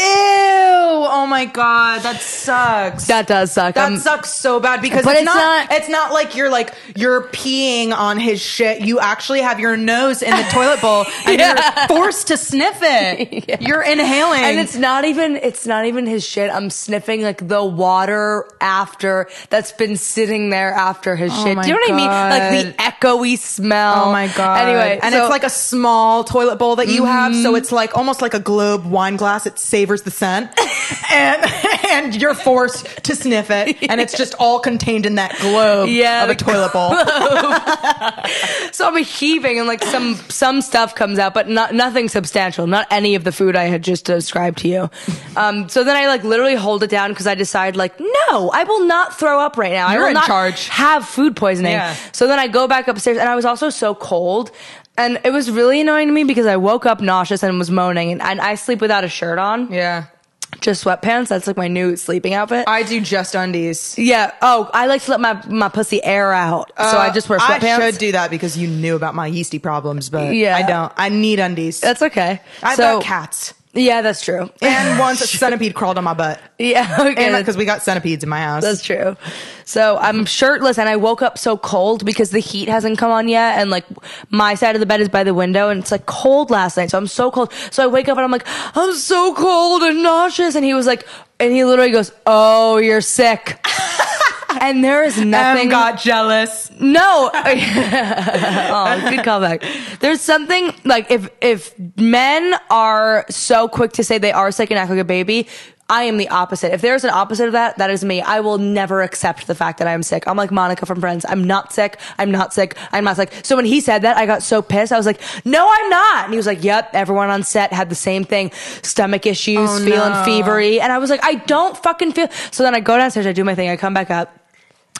Speaker 1: Oh my god, that sucks.
Speaker 2: That does suck.
Speaker 1: That
Speaker 2: I'm-
Speaker 1: sucks so bad because
Speaker 2: Um, But
Speaker 1: it's,
Speaker 2: it's
Speaker 1: not,
Speaker 2: not-
Speaker 1: It's not like you're like you're peeing on his shit. You actually have your nose in the toilet
Speaker 2: [LAUGHS]
Speaker 1: bowl and
Speaker 2: Yeah.
Speaker 1: you're forced to
Speaker 2: [LAUGHS]
Speaker 1: sniff it. You're inhaling.
Speaker 2: and it's not even it's not even his shit. I'm sniffing like the water after that's been sitting there after his shit.
Speaker 1: Oh my
Speaker 2: Do you know what I mean? Like the echoey smell.
Speaker 1: oh my god.
Speaker 2: Anyway,
Speaker 1: and
Speaker 2: so- Mm-hmm.
Speaker 1: it's like a small toilet bowl that you have, so it's like almost like a globe wine glass. It savors the
Speaker 2: [LAUGHS]
Speaker 1: scent, and and you're forced to sniff it, and it's just all contained in that globe
Speaker 2: Yeah,
Speaker 1: of a
Speaker 2: the
Speaker 1: toilet bowl.
Speaker 2: so I'm heaving and like some some stuff comes out, but not nothing substantial, not any of the food I had just described to you. Um, so then I like literally hold it down because I decide like, no, I will not throw up right now. I
Speaker 1: You're
Speaker 2: will
Speaker 1: in
Speaker 2: not
Speaker 1: charge.
Speaker 2: Have food poisoning.
Speaker 1: Yeah.
Speaker 2: So then I go back upstairs, and I was also so cold. And it was really annoying to me because I woke up nauseous and was moaning, and, and I sleep without a shirt on,
Speaker 1: yeah,
Speaker 2: just sweatpants. That's like my new sleeping outfit.
Speaker 1: I do just undies.
Speaker 2: yeah. Oh, I like to let my, my pussy air out, so I just wear sweatpants.
Speaker 1: Uh, I should do that because you knew about my yeasty problems, but
Speaker 2: Yeah.
Speaker 1: I don't. I need undies.
Speaker 2: That's okay.
Speaker 1: I've
Speaker 2: so
Speaker 1: got cats.
Speaker 2: yeah, that's true. [LAUGHS]
Speaker 1: And once a centipede crawled on my butt.
Speaker 2: Yeah, [LAUGHS] okay.
Speaker 1: And
Speaker 2: That's,
Speaker 1: because we got centipedes in my house.
Speaker 2: that's true. So I'm shirtless and I woke up so cold because the heat hasn't come on yet. And like my side of the bed is by the window and it's like cold last night. So I'm so cold. So I wake up and I'm like, I'm so cold and nauseous. And he was like, and he literally goes, Oh, you're sick. and there is nothing.
Speaker 1: Em got jealous. [LAUGHS]
Speaker 2: No. oh, good callback. There's something like if if men are so quick to say they are sick and act like a baby, I am the opposite. If there's an opposite of that, that is me. I will never accept the fact that I am sick. I'm like Monica from Friends. I'm not sick. I'm not sick. I'm not sick. So when he said that, I got so pissed. I was like, "No, I'm not." And he was like, "Yep, everyone on set had the same thing. Stomach issues,
Speaker 1: Oh,
Speaker 2: feeling
Speaker 1: no.
Speaker 2: fevery." And I was like, "I don't fucking feel." So then I go downstairs, I do my thing, I come back up.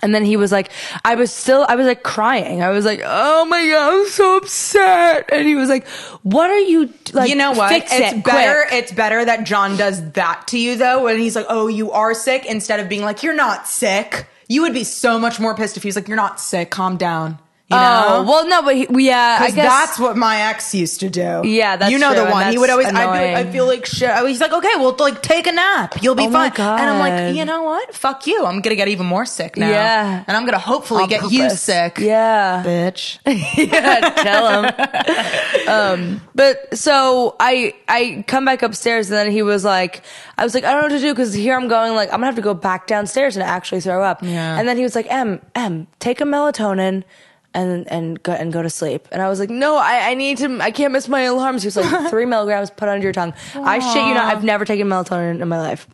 Speaker 2: And then he was like, I was still, I was like crying. I was like, oh my God, I'm so upset. And he was like, what are you, like,
Speaker 1: you know what?
Speaker 2: Fix
Speaker 1: it's
Speaker 2: it
Speaker 1: better.
Speaker 2: quick."
Speaker 1: It's better that John does that to you though, when he's like, "Oh, you are sick," instead of being like, "You're not sick." You would be so much more pissed if he was like, "You're not sick. Calm down." You
Speaker 2: Oh,
Speaker 1: know?
Speaker 2: well, no, but he, well, yeah, I
Speaker 1: 'Cause
Speaker 2: guess.
Speaker 1: that's what my ex used to do.
Speaker 2: Yeah, that's
Speaker 1: you know
Speaker 2: true,
Speaker 1: the
Speaker 2: and
Speaker 1: one. He
Speaker 2: that's
Speaker 1: would always. I'd, be like,
Speaker 2: annoying.
Speaker 1: I feel like shit. I was- He's like, okay, well, like take a nap. You'll be
Speaker 2: Oh my
Speaker 1: fine. And I'm
Speaker 2: God.
Speaker 1: like, you know what? Fuck you. I'm gonna get even more sick now.
Speaker 2: Yeah.
Speaker 1: and I'm gonna hopefully
Speaker 2: on
Speaker 1: get you
Speaker 2: purpose.
Speaker 1: sick.
Speaker 2: Yeah. [LAUGHS]
Speaker 1: bitch.
Speaker 2: yeah, tell him. Um, but so I I come back upstairs and then he was like, I was like, I don't know what to do because here I'm going like I'm gonna have to go back downstairs and actually throw up.
Speaker 1: Yeah.
Speaker 2: And then he was like, M M, take a melatonin. And, and go and go to sleep. And I was like, no, I, I need to. I can't miss my alarms. He was like, three milligrams put under your tongue. I shit you not. I've never taken melatonin in my life.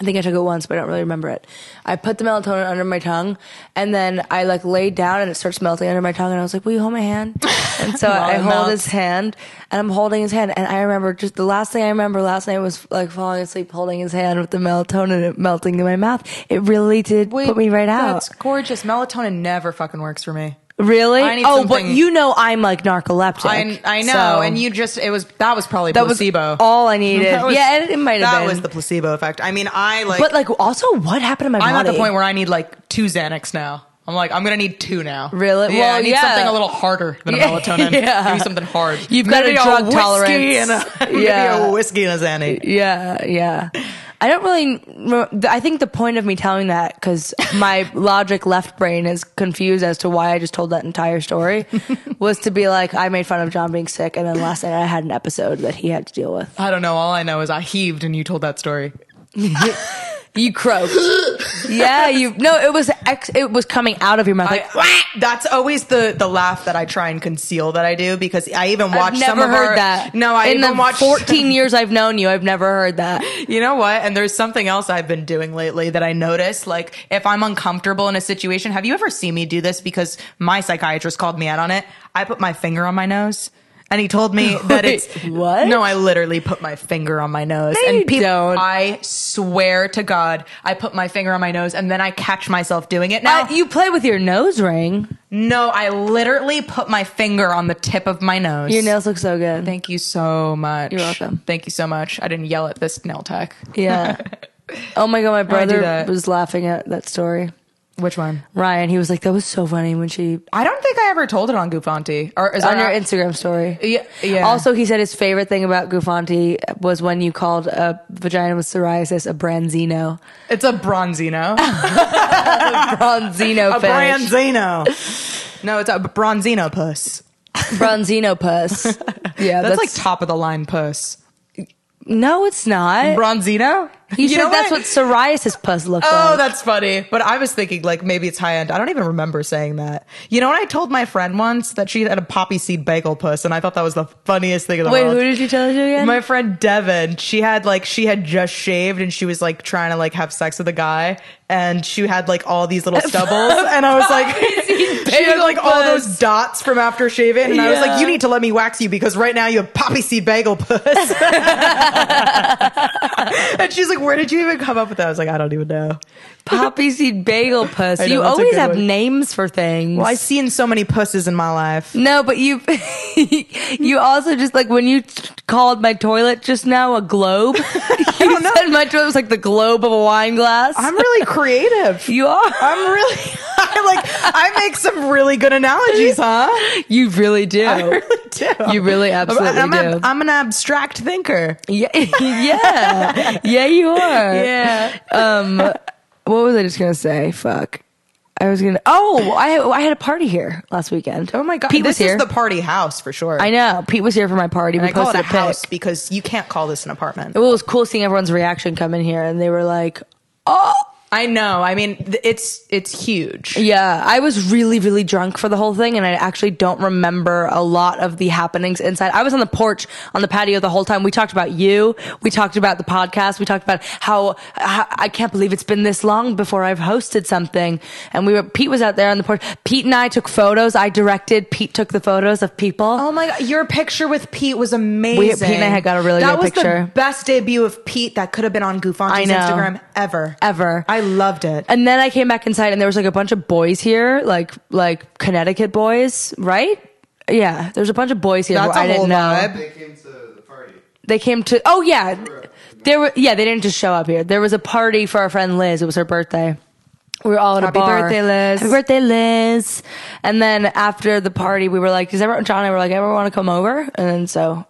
Speaker 2: I think I took it once, but I don't really remember it. I put the melatonin under my tongue, and then I like laid down, and it starts melting under my tongue, and I was like, "Will you hold
Speaker 1: [LAUGHS]
Speaker 2: my hand?" And so
Speaker 1: While
Speaker 2: I
Speaker 1: it
Speaker 2: hold
Speaker 1: melts.
Speaker 2: his hand, and I'm holding his hand, and I remember just the last thing I remember last night was like falling asleep, holding his hand with the melatonin melting in my mouth. It really did put me right out.
Speaker 1: That's gorgeous. Melatonin never fucking works for me.
Speaker 2: Really?
Speaker 1: I need
Speaker 2: oh, but
Speaker 1: something-
Speaker 2: you know I'm like narcoleptic.
Speaker 1: I, I know,
Speaker 2: so
Speaker 1: and you just it was that was probably
Speaker 2: that
Speaker 1: placebo.
Speaker 2: was all I
Speaker 1: [LAUGHS]
Speaker 2: needed.
Speaker 1: That was-
Speaker 2: yeah, it, it might have
Speaker 1: that
Speaker 2: been.
Speaker 1: was the placebo effect. I mean, I like.
Speaker 2: but like, also, what happened to my
Speaker 1: I'm
Speaker 2: body?
Speaker 1: at the point where I need like two Xanax now. I'm like, I'm gonna need two now.
Speaker 2: Really?
Speaker 1: Yeah,
Speaker 2: Well,
Speaker 1: I need
Speaker 2: yeah.
Speaker 1: something a little harder than a
Speaker 2: Yeah.
Speaker 1: melatonin.
Speaker 2: [LAUGHS] Yeah.
Speaker 1: I need something hard.
Speaker 2: You've got a
Speaker 1: Maybe
Speaker 2: drug
Speaker 1: whiskey
Speaker 2: tolerance.
Speaker 1: And a,
Speaker 2: Yeah.
Speaker 1: [LAUGHS] maybe a whiskey and a Xanax.
Speaker 2: Yeah, yeah. I don't really. rem- I think the point of me telling that because
Speaker 1: [LAUGHS]
Speaker 2: my logic left brain is confused as to why I just told that
Speaker 1: [LAUGHS]
Speaker 2: entire story was to be like I made fun of John being sick, and then last night I had an episode that he had to deal with.
Speaker 1: I don't know. All I know is I heaved and you told that story.
Speaker 2: You croaked. [GASPS] yeah, you. No, it was ex, it was coming out of your mouth. Like
Speaker 1: I- [LAUGHS] that's always the the laugh that I try and conceal that I do because I even watch
Speaker 2: I've
Speaker 1: some
Speaker 2: never
Speaker 1: of
Speaker 2: heard
Speaker 1: our-
Speaker 2: that.
Speaker 1: No, I
Speaker 2: in
Speaker 1: even
Speaker 2: the
Speaker 1: watched [LAUGHS]
Speaker 2: 14 years I've known you, I've never heard that.
Speaker 1: You know what? And there's something else I've been doing lately that I noticed. Like, if I'm uncomfortable in a situation, have you ever seen me do this? Because my psychiatrist called me out on it. I put my finger on my nose. And he told
Speaker 2: [LAUGHS]
Speaker 1: me that
Speaker 2: Wait,
Speaker 1: it's
Speaker 2: what?
Speaker 1: No, I literally put my finger on my nose.
Speaker 2: No,
Speaker 1: and
Speaker 2: you don't.
Speaker 1: I swear to God, I put my finger on my nose, and then I catch myself doing it. Now,
Speaker 2: Uh, you play with your nose ring.
Speaker 1: no, I literally put my finger on the tip of my nose.
Speaker 2: Your nails look so good.
Speaker 1: Thank you so much.
Speaker 2: You're welcome.
Speaker 1: Thank you so much. I didn't yell at this nail tech. [LAUGHS]
Speaker 2: Yeah. Oh my god, my
Speaker 1: I do
Speaker 2: brother
Speaker 1: that?
Speaker 2: was laughing at that story.
Speaker 1: Which one?
Speaker 2: Ryan, he was like, "That was so funny when she
Speaker 1: I don't think I ever told it on Goofanti. Or is
Speaker 2: on
Speaker 1: our-
Speaker 2: your Instagram story."
Speaker 1: Yeah, Uh, yeah.
Speaker 2: Also, he said his favorite thing about Gufanti was when you called a vagina with psoriasis a branzino,
Speaker 1: it's a bronzino.
Speaker 2: [LAUGHS]
Speaker 1: [LAUGHS]
Speaker 2: bronzino
Speaker 1: a
Speaker 2: fish,
Speaker 1: bronzino. No, it's a bronzino puss.
Speaker 2: bronzino puss.
Speaker 1: [LAUGHS]
Speaker 2: Yeah,
Speaker 1: That's, like top of the line puss.
Speaker 2: no, it's not.
Speaker 1: Bronzino?
Speaker 2: He
Speaker 1: You
Speaker 2: said
Speaker 1: know
Speaker 2: that's what psoriasis puss looked
Speaker 1: Oh,
Speaker 2: like.
Speaker 1: that's funny. But I was thinking like maybe it's high end. I don't even remember saying that. You know what I told my friend once that she had a poppy seed bagel puss, and I thought that was the funniest thing in the
Speaker 2: Wait,
Speaker 1: world.
Speaker 2: who did you tell you again?
Speaker 1: my friend Devin, she had like she had just shaved and she was like trying to like have sex with a guy and she had like all these
Speaker 2: [LAUGHS]
Speaker 1: little stubbles and I was like [LAUGHS] she had like all
Speaker 2: bagel
Speaker 1: those dots from after shaving and I was
Speaker 2: Yeah.
Speaker 1: like you need to let me wax you because right now you have poppy seed bagel
Speaker 2: [LAUGHS]
Speaker 1: puss [LAUGHS] and she's like where did you even come up with that I was like I don't even know
Speaker 2: Poppy seed bagel
Speaker 1: [LAUGHS]
Speaker 2: puss.
Speaker 1: I know,
Speaker 2: you
Speaker 1: that's a
Speaker 2: always
Speaker 1: good
Speaker 2: have
Speaker 1: one.
Speaker 2: names for things.
Speaker 1: well I've seen so many pusses in my life
Speaker 2: No, but you [LAUGHS] you also just like when you t- called my toilet just now
Speaker 1: [LAUGHS]
Speaker 2: a globe. [LAUGHS] you
Speaker 1: don't know.
Speaker 2: said my toilet was like the globe of a wine glass.
Speaker 1: I'm really creative
Speaker 2: you are. [LAUGHS]
Speaker 1: I'm really [LAUGHS] I like I make some really good analogies huh
Speaker 2: You really do.
Speaker 1: I really do.
Speaker 2: You really absolutely
Speaker 1: I'm,
Speaker 2: do.
Speaker 1: Ab- I'm an abstract thinker.
Speaker 2: yeah, [LAUGHS] yeah, yeah. You are.
Speaker 1: Yeah.
Speaker 2: Um, what was I just gonna say? Fuck. I was gonna. Oh, I I had a party here last weekend.
Speaker 1: Oh my god,
Speaker 2: Pete
Speaker 1: this
Speaker 2: was here.
Speaker 1: is the party house for sure.
Speaker 2: I know Pete was here for my party. We
Speaker 1: And I call it
Speaker 2: posted
Speaker 1: a
Speaker 2: pic.
Speaker 1: house because you can't call this an apartment.
Speaker 2: Well, it was cool seeing everyone's reaction come in here, and they were like, "Oh,
Speaker 1: I know. I mean, th- it's it's huge.
Speaker 2: Yeah, I was really, really drunk for the whole thing, and I actually don't remember a lot of the happenings inside. I was on the porch, on the patio the whole time. We talked about you. We talked about the podcast. We talked about how, how I can't believe it's been this long before I've hosted something. And we were Pete was out there on the porch. Pete and I took photos. I directed. Pete took the photos of people.
Speaker 1: Oh my god, your picture with Pete was amazing.
Speaker 2: Pete and I had got a really
Speaker 1: that
Speaker 2: good
Speaker 1: was
Speaker 2: picture.
Speaker 1: The best debut of Pete that could have been on
Speaker 2: I
Speaker 1: Goofante's
Speaker 2: know.
Speaker 1: Instagram ever.
Speaker 2: Ever.
Speaker 1: I loved it.
Speaker 2: And then I came back inside and there was like a bunch of boys here, like like Connecticut boys, right? Yeah, there's a bunch of boys here
Speaker 1: That's
Speaker 2: who
Speaker 1: a
Speaker 2: I
Speaker 1: whole
Speaker 2: didn't know.
Speaker 1: vibe.
Speaker 3: They came to the party.
Speaker 2: They came to Oh yeah. There were yeah, they didn't just show up here. There was a party for our friend Liz. It was her birthday. We were all at
Speaker 1: Happy
Speaker 2: a bar.
Speaker 1: birthday, Liz.
Speaker 2: Happy birthday, Liz. And then after the party, we were like, "Does everyone?" John and I were like, "Everyone want to come over?" And then so,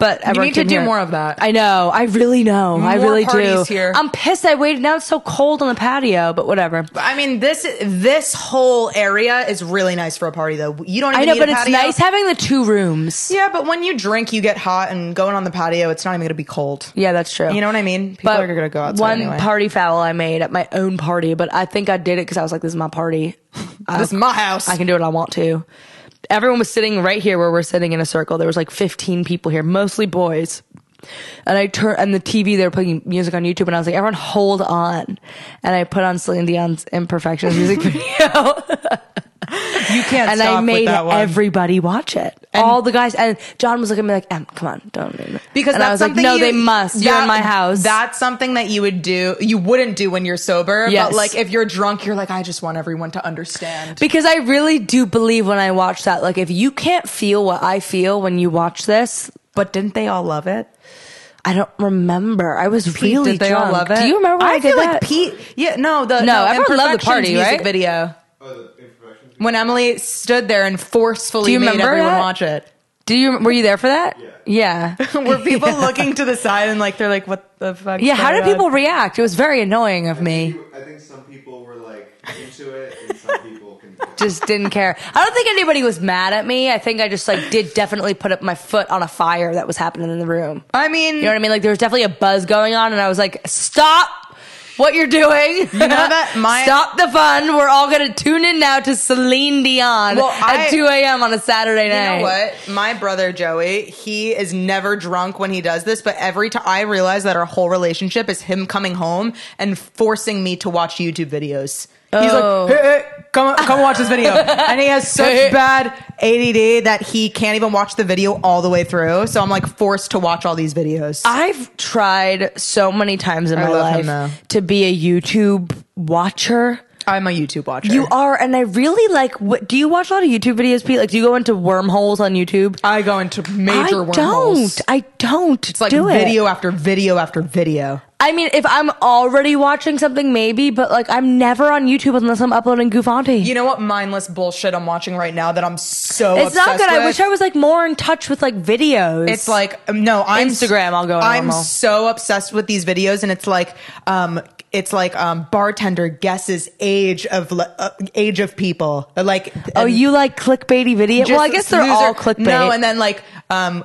Speaker 2: but everyone
Speaker 1: need to
Speaker 2: came
Speaker 1: do
Speaker 2: here.
Speaker 1: more of that.
Speaker 2: I know. I really know. I
Speaker 1: More
Speaker 2: really do.
Speaker 1: parties here.
Speaker 2: I'm pissed. I waited. Now it's so cold on the patio, but whatever.
Speaker 1: I mean, this this whole area is really nice for a party, though. You don't. Even
Speaker 2: I know,
Speaker 1: need
Speaker 2: but
Speaker 1: a
Speaker 2: it's
Speaker 1: patio.
Speaker 2: nice having the two rooms.
Speaker 1: Yeah, but when you drink, you get hot, and going on the patio, it's not even going to be cold.
Speaker 2: Yeah, that's true.
Speaker 1: You know what I mean? People
Speaker 2: But
Speaker 1: are going to go outside
Speaker 2: One
Speaker 1: anyway.
Speaker 2: party foul I made at my own party, but I think I did it because I was like, "This is my party.
Speaker 1: this is my house.
Speaker 2: I can do what I want to." Everyone was sitting right here where we're sitting in a circle. There was like 15 people here, mostly boys. And I turned and the TV they were playing music on YouTube, and I was like, "Everyone, hold on!" And I put on Celine Dion's "Imperfections"
Speaker 1: [LAUGHS]
Speaker 2: music video.
Speaker 1: you can't
Speaker 2: and
Speaker 1: stop
Speaker 2: I made
Speaker 1: with that one.
Speaker 2: everybody watch it. All the guys and John was looking at me like, "Em, come on, don't." name it."
Speaker 1: because
Speaker 2: and
Speaker 1: that's
Speaker 2: I was like,
Speaker 1: something
Speaker 2: "No,
Speaker 1: you-
Speaker 2: they must. You're in
Speaker 1: that-
Speaker 2: my house."
Speaker 1: That's something that you would do. You wouldn't do when you're sober.
Speaker 2: Yes.
Speaker 1: But like if you're drunk, you're like, I just want everyone to understand.
Speaker 2: because I really do believe when I watch that, like, if you can't feel what I feel when you watch this,
Speaker 1: But didn't they all love it?
Speaker 2: I don't remember. I was really
Speaker 1: did they all
Speaker 2: drunk.
Speaker 1: love it?
Speaker 2: Do you remember when I,
Speaker 1: I,
Speaker 2: did
Speaker 1: feel
Speaker 2: that?
Speaker 1: like Pete. Yeah, no, the
Speaker 2: No, everyone loved the
Speaker 1: Imperfections
Speaker 2: party,
Speaker 1: music
Speaker 2: right?
Speaker 1: Video
Speaker 3: Oh, the information.
Speaker 1: when Emily stood there and forcefully
Speaker 2: Do you
Speaker 1: made
Speaker 2: remember
Speaker 1: everyone
Speaker 2: that?
Speaker 1: watch it.
Speaker 2: do you were you there for that? Yeah. Yeah.
Speaker 1: [LAUGHS] Were
Speaker 2: [LAUGHS]
Speaker 1: people looking to the side and like they're like, what the fuck?
Speaker 2: how did people react? It was very annoying of
Speaker 3: I
Speaker 2: me.
Speaker 3: think, I think some people were like into it, and some people can.
Speaker 2: [LAUGHS] just didn't care. I don't think anybody was mad at me. I think I just like did definitely put up my foot on a fire that was happening in the room.
Speaker 1: I mean,
Speaker 2: You know what I mean? Like there was definitely a buzz going on, and I was like, "Stop what you're doing! You know [LAUGHS]
Speaker 1: that my-
Speaker 2: stop the fun. We're all gonna tune in now to Celine Dion
Speaker 1: Well,
Speaker 2: at
Speaker 1: I-
Speaker 2: 2 a.m. on a Saturday night."
Speaker 1: You know what? My brother Joey, he is never drunk when he does this, but every time I realize that our whole relationship is him coming home and forcing me to watch YouTube videos. He's
Speaker 2: Oh.
Speaker 1: like, hey, hey, come come watch this
Speaker 2: [LAUGHS]
Speaker 1: video, and he has such
Speaker 2: Hey.
Speaker 1: bad ADD that he can't even watch the video all the way through. So I'm like forced to watch all these videos.
Speaker 2: I've tried so many times in my
Speaker 1: love him,
Speaker 2: life
Speaker 1: though.
Speaker 2: to be a YouTube watcher.
Speaker 1: I'm a YouTube watcher.
Speaker 2: You are, and I really like. What, do you watch a lot of YouTube videos, Pete? Like, do you go into wormholes on YouTube?
Speaker 1: I go into major
Speaker 2: I
Speaker 1: wormholes.
Speaker 2: don't. I don't.
Speaker 1: It's like
Speaker 2: do it.
Speaker 1: video after video after video.
Speaker 2: I mean, if I'm already watching something, maybe, but like I'm never on YouTube unless I'm uploading Goofanti.
Speaker 1: You know what mindless bullshit I'm watching right now that I'm so
Speaker 2: it's not
Speaker 1: obsessed
Speaker 2: good. I
Speaker 1: with?
Speaker 2: wish I was like more in touch with like videos.
Speaker 1: It's like um, no, I'm
Speaker 2: Instagram, I'll go
Speaker 1: I'm
Speaker 2: normal.
Speaker 1: so obsessed with these videos, and it's like, um, it's like um, bartender guesses age of le- uh, age of people. Like,
Speaker 2: oh,
Speaker 1: and
Speaker 2: you like clickbaity video?
Speaker 1: just
Speaker 2: Well, I guess they're
Speaker 1: loser-
Speaker 2: all clickbait.
Speaker 1: No, and then like, um,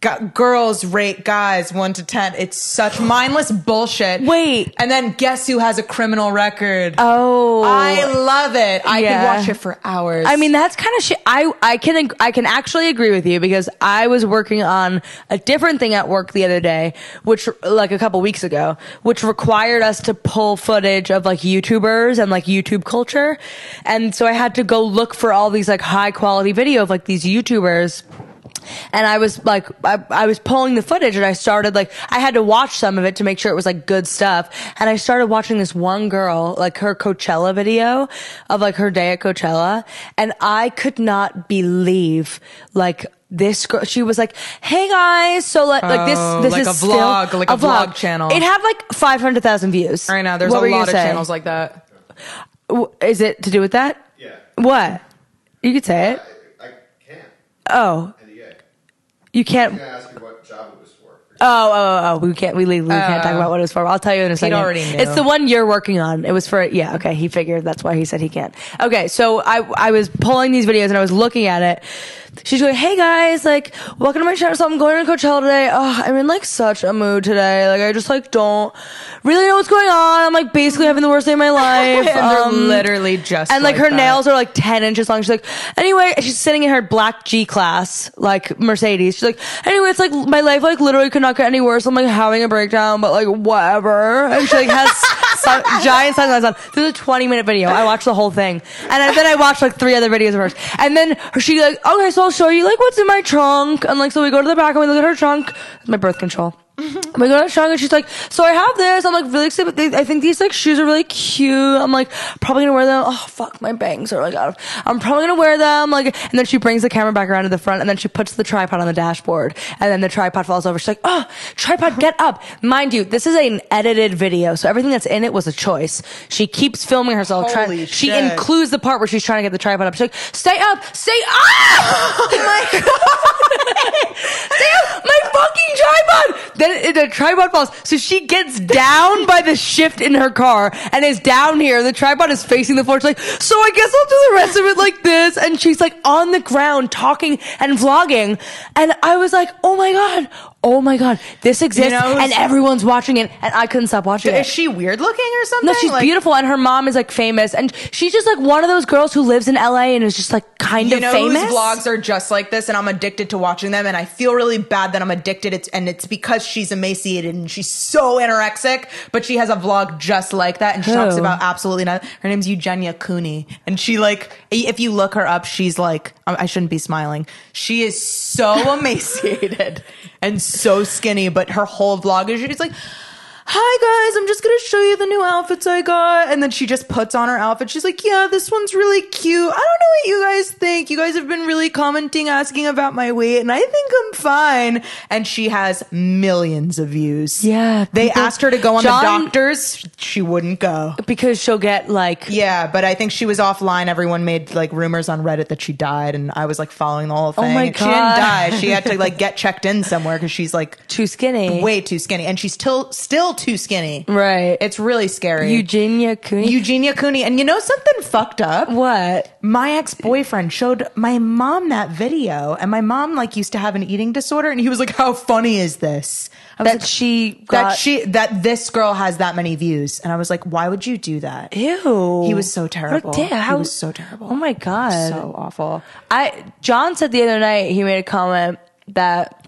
Speaker 1: gu- girls rate guys one to ten. It's such mindless bullshit.
Speaker 2: Wait.
Speaker 1: and then guess who has a criminal record?
Speaker 2: oh,
Speaker 1: I love it. I
Speaker 2: Yeah.
Speaker 1: could watch it for hours.
Speaker 2: I mean, that's kind of shit. I, I can I can actually agree with you because I was working on a different thing at work the other day, which like a couple weeks ago, which required us to pull footage of like YouTubers and like YouTube culture, and so I had to go look for all these like high quality video of like these YouTubers and I was like, I, I was pulling the footage and I started like, I had to watch some of it to make sure it was like good stuff. And I started watching this one girl, like her Coachella video of like her day at Coachella. And I could not believe like, this girl, she was like, "Hey guys, so like, like this,
Speaker 1: Oh,
Speaker 2: this
Speaker 1: like
Speaker 2: is
Speaker 1: a
Speaker 2: still
Speaker 1: vlog, like a vlog channel.
Speaker 2: It had like five hundred thousand views
Speaker 1: right now there's
Speaker 2: What
Speaker 1: a
Speaker 2: were you
Speaker 1: lot of
Speaker 2: gonna say?
Speaker 1: channels like that.
Speaker 2: W- Is it to do with that?
Speaker 3: Yeah.
Speaker 2: What? You could say it.
Speaker 3: I, I can't.
Speaker 2: Oh,
Speaker 3: NDA.
Speaker 2: you can't.
Speaker 3: Can I ask you what job it was for?
Speaker 2: Oh, oh, oh, we can't. We legally can't talk about what it was for. I'll tell you in a second.
Speaker 1: Oh. already knew.
Speaker 2: It's the one you're working on. It was for yeah. Okay, he figured that's why he said he can't. Okay, so I I was pulling these videos and I was looking at it. She's going, hey guys, like welcome to my channel. So I'm going to Coachella today. Oh, I'm in like such a mood today. Like I just like don't really know what's going on. I'm like basically having the worst day
Speaker 1: [LAUGHS]
Speaker 2: of my
Speaker 1: And
Speaker 2: life.
Speaker 1: they're
Speaker 2: Um,
Speaker 1: literally just
Speaker 2: and like, her
Speaker 1: that.
Speaker 2: nails are like 10 inches long. She's like, anyway, she's sitting in her black G class, like Mercedes. She's like, anyway, it's like my life, like literally could not get any worse. I'm like having a breakdown, but like whatever. And she like has [LAUGHS] sun- giant sunglasses on. This is a 20 minute video. I watched the whole thing. And I- then I watched like three other videos of hers. And then she like, okay, so I'll show you like what's in my trunk. And like, so we go to the back and we look at her trunk. My birth control. I'm like, not strong. And she's like, so I have this. I'm like, really excited. They, I think these like shoes are really cute. I'm like, probably gonna wear them. Oh, fuck, my bangs are like out of, I'm probably gonna wear them. Like, and then she brings the camera back around to the front and then she puts the tripod on the dashboard and then the tripod falls over. She's like, oh, tripod, get up. Mind you, this is an edited video. So everything that's in it was a choice. She keeps filming
Speaker 1: Holy
Speaker 2: herself. trying, She
Speaker 1: shit.
Speaker 2: includes the part where she's trying to get the tripod up. She's like, stay up, stay up! [LAUGHS] my Damn, my fucking tripod! Then it- the tripod falls. So she gets down by the shift in her car and is down here. The tripod is facing the floor. She's like, so I guess I'll do the rest of it like this. And she's like on the ground talking and vlogging. And I was like, oh my God. Oh my God. This exists
Speaker 1: know,
Speaker 2: and everyone's watching it. And I couldn't stop watching it.
Speaker 1: Is she weird looking or something?
Speaker 2: No, she's
Speaker 1: Like,
Speaker 2: beautiful, and her mom is like famous, and she's just like one of those girls who lives in LA and is just like kind
Speaker 1: You
Speaker 2: of
Speaker 1: know
Speaker 2: famous.
Speaker 1: whose vlogs are just like this, and I'm addicted to watching them, and I feel really bad that I'm addicted. It's and it's because she's emaciated and she's so anorexic, but she has a vlog just like that, and she talks
Speaker 2: Who?
Speaker 1: about absolutely not. Her name's Eugenia Cooney, and she like if you look her up, she's like um, I I shouldn't be smiling. She is so [LAUGHS] emaciated and so skinny, but her whole vlog is she's like. Hi guys, I'm just gonna show you the new outfits I got. And then she just puts on her outfit. She's like, Yeah, this one's really cute. I don't know what you guys think. You guys have been really commenting, asking about my weight, and I think I'm fine. And she has millions of views.
Speaker 2: Yeah,
Speaker 1: They
Speaker 2: people-
Speaker 1: asked her to go on
Speaker 2: John-
Speaker 1: the doctors. She wouldn't go.
Speaker 2: because she'll get like
Speaker 1: Yeah, but I think she was offline. Everyone made like rumors on Reddit that she died, and I was like following the whole thing.
Speaker 2: my
Speaker 1: And She didn't
Speaker 2: God.
Speaker 1: die. She had to like get checked in somewhere because she's like
Speaker 2: too skinny.
Speaker 1: way too skinny, and she's still still too skinny.
Speaker 2: right?
Speaker 1: It's really scary.
Speaker 2: Eugenia Cooney.
Speaker 1: Eugenia Cooney. And you know something fucked up?
Speaker 2: what?
Speaker 1: My ex boyfriend showed my mom that video, and my mom like used to have an eating disorder, and he was like, "How funny is this?" I was
Speaker 2: That
Speaker 1: like,
Speaker 2: she
Speaker 1: that
Speaker 2: got.
Speaker 1: she that this girl has that many views, and I was like, "Why would you do that?"
Speaker 2: Ew.
Speaker 1: He was so terrible.
Speaker 2: What a dick.
Speaker 1: He
Speaker 2: How-
Speaker 1: was so terrible.
Speaker 2: Oh my god.
Speaker 1: So awful.
Speaker 2: I John said the other night he made a comment that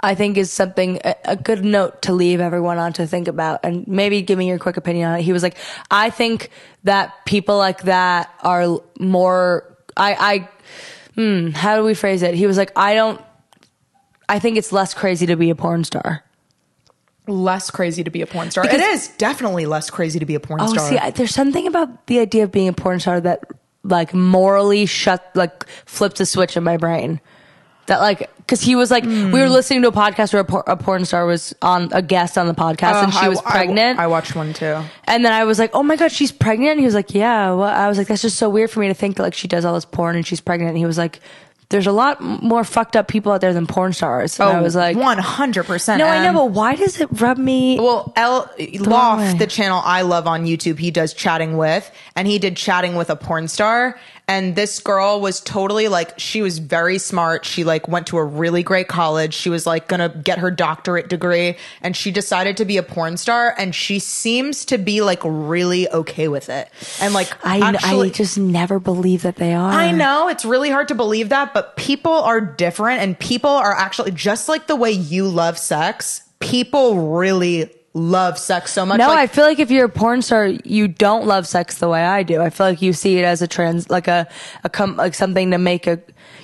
Speaker 2: I think is something a, a good note to leave everyone on to think about and maybe give me your quick opinion on it. He was like, I think that people like that are more I I hmm, how do we phrase it? He was like, I don't I think it's less crazy to be a porn star.
Speaker 1: Less crazy to be a porn star.
Speaker 2: Because-
Speaker 1: it is definitely less crazy to be a porn
Speaker 2: Oh,
Speaker 1: star.
Speaker 2: see, I, there's something about the idea of being a porn star that like morally shut like flipped a switch in my brain. That like because he was like we
Speaker 1: Hmm.
Speaker 2: were listening to a podcast where a, por- a porn star was on a guest on the podcast and she
Speaker 1: Uh, I-
Speaker 2: was
Speaker 1: Oh, I-
Speaker 2: pregnant
Speaker 1: I watched one too.
Speaker 2: and then I was like oh my god she's pregnant and he was like yeah well I was like that's just so weird for me to think that like she does all this porn and she's pregnant and he was like there's a lot m- more fucked up people out there than porn stars and I was like
Speaker 1: Oh, one hundred percent.
Speaker 2: no I know but why does it rub me
Speaker 1: Well, El
Speaker 2: wrong
Speaker 1: Loft,
Speaker 2: way.
Speaker 1: the channel I love on YouTube, he does chatting with, and he did chatting with a porn star. And this girl was totally like, she was very smart. She like went to a really great college. She was like gonna get her doctorate degree, and she decided to be a porn star. And she seems to be like really okay with it. And like,
Speaker 2: I
Speaker 1: actually,
Speaker 2: I just never believe that they are
Speaker 1: I know it's really hard to believe that, but people are different and people are actually just like the way you love sex, people really love sex so much.
Speaker 2: No,
Speaker 1: like,
Speaker 2: I feel like if you're a porn star, you don't love sex the way I do. I feel like you see it as a trans, like a, a com, like something to make a.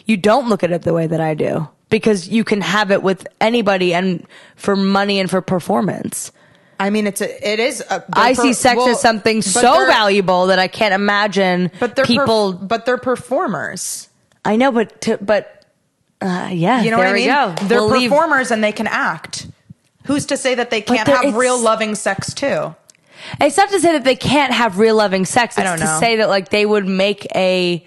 Speaker 2: You don't look at it the way that I do because you can have it with anybody and for money and for performance.
Speaker 1: I mean, it's a, it is. A,
Speaker 2: I
Speaker 1: they're per-
Speaker 2: see sex
Speaker 1: well,
Speaker 2: as something
Speaker 1: but
Speaker 2: so
Speaker 1: they're-
Speaker 2: valuable that I can't imagine
Speaker 1: But they're
Speaker 2: people.
Speaker 1: people, but they're performers.
Speaker 2: I know, but to, but uh, yeah,
Speaker 1: You know
Speaker 2: there
Speaker 1: what I mean?
Speaker 2: we go.
Speaker 1: They're
Speaker 2: We'll leave-
Speaker 1: performers and they can act. Who's to say that they can't
Speaker 2: there-
Speaker 1: have
Speaker 2: it's-
Speaker 1: real loving sex too?
Speaker 2: It's not to say that they can't have real loving sex. It's
Speaker 1: don't know.
Speaker 2: to say that like they would make a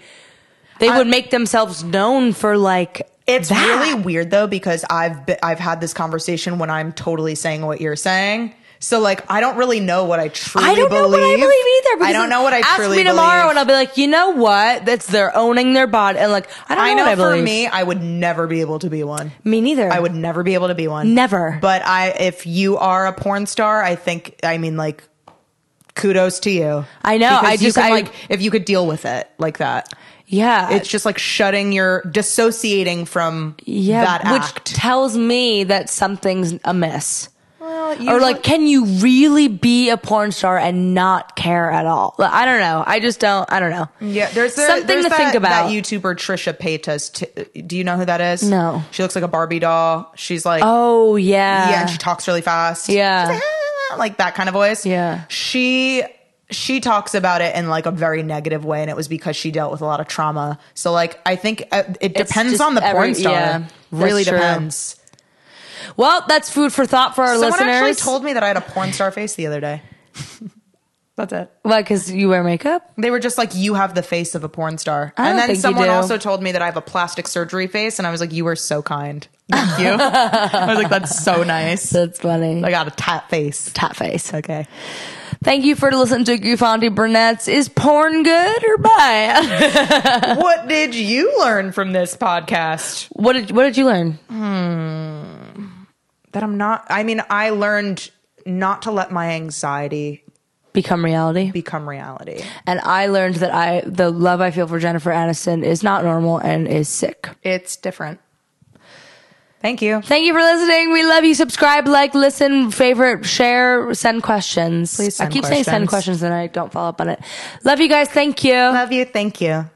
Speaker 2: they would make themselves known for like
Speaker 1: It's
Speaker 2: That.
Speaker 1: really weird though because I've be- I've had this conversation when I'm totally saying what you're saying. So like I don't really know what I truly
Speaker 2: I don't know
Speaker 1: believe.
Speaker 2: what I believe either.
Speaker 1: I
Speaker 2: because
Speaker 1: don't know what I
Speaker 2: ask
Speaker 1: truly
Speaker 2: me tomorrow,
Speaker 1: believe.
Speaker 2: and I'll be like, you know what? That's they're owning their body, and like I don't know,
Speaker 1: I know
Speaker 2: what I
Speaker 1: for
Speaker 2: believe.
Speaker 1: me, I would never be able to be one.
Speaker 2: me neither.
Speaker 1: I would never be able to be one.
Speaker 2: Never.
Speaker 1: But I, if you are a porn star, I think I mean like, kudos to you.
Speaker 2: I know,
Speaker 1: Because
Speaker 2: I
Speaker 1: you
Speaker 2: just-
Speaker 1: could,
Speaker 2: I-
Speaker 1: like if you could deal with it like that.
Speaker 2: Yeah,
Speaker 1: It's just like shutting your dissociating from
Speaker 2: yeah,
Speaker 1: that
Speaker 2: which
Speaker 1: act.
Speaker 2: tells me that something's amiss.
Speaker 1: well, you
Speaker 2: Or like, can you really be a porn star and not care at all? Like, I don't know. I just don't. I don't know.
Speaker 1: Yeah, there's a-
Speaker 2: something
Speaker 1: there's
Speaker 2: to
Speaker 1: that,
Speaker 2: think about.
Speaker 1: That YouTuber Trisha Paytas. T- do you know who that is?
Speaker 2: No.
Speaker 1: She looks like a Barbie doll. She's like,
Speaker 2: Oh yeah,
Speaker 1: yeah, and she talks really fast.
Speaker 2: Yeah.
Speaker 1: She's like, "Ah," like that kind of voice.
Speaker 2: Yeah.
Speaker 1: she she talks about it in like a very negative way, and it was because she dealt with a lot of trauma. So like, I think uh, it
Speaker 2: It's
Speaker 1: depends
Speaker 2: just
Speaker 1: on the porn
Speaker 2: every-
Speaker 1: star.
Speaker 2: yeah,
Speaker 1: really
Speaker 2: that's true.
Speaker 1: depends.
Speaker 2: Well, that's food for thought for our
Speaker 1: Someone actually
Speaker 2: listeners.
Speaker 1: told me that I had a porn star face the other
Speaker 2: [LAUGHS]
Speaker 1: day. That's it.
Speaker 2: Why? Because you wear makeup.
Speaker 1: They were just like, "You have the face of a porn star," and
Speaker 2: I don't
Speaker 1: then
Speaker 2: think you
Speaker 1: someone
Speaker 2: do.
Speaker 1: also told me that I have a plastic surgery face, and I was like, "You were so kind, thank you." [LAUGHS] I was like, "That's so nice."
Speaker 2: That's funny.
Speaker 1: I
Speaker 2: Like
Speaker 1: got a tat face.
Speaker 2: tat face.
Speaker 1: Okay.
Speaker 2: Thank you for listening to Goofonti Burnett's. Is porn good or bad? [LAUGHS]
Speaker 1: what did you learn from this podcast?
Speaker 2: what did What did you learn?
Speaker 1: That I'm not, I mean, I learned not to let my anxiety
Speaker 2: Become reality.
Speaker 1: become reality.
Speaker 2: and I learned that I the love I feel for Jennifer Aniston is not normal and is sick.
Speaker 1: It's different. Thank you.
Speaker 2: Thank you for listening. We love you. Subscribe, like, listen, favorite, share, send questions.
Speaker 1: Please send
Speaker 2: I keep saying send
Speaker 1: questions.
Speaker 2: questions and I don't follow up on it. Love you guys. Thank you.
Speaker 1: Love you. Thank you.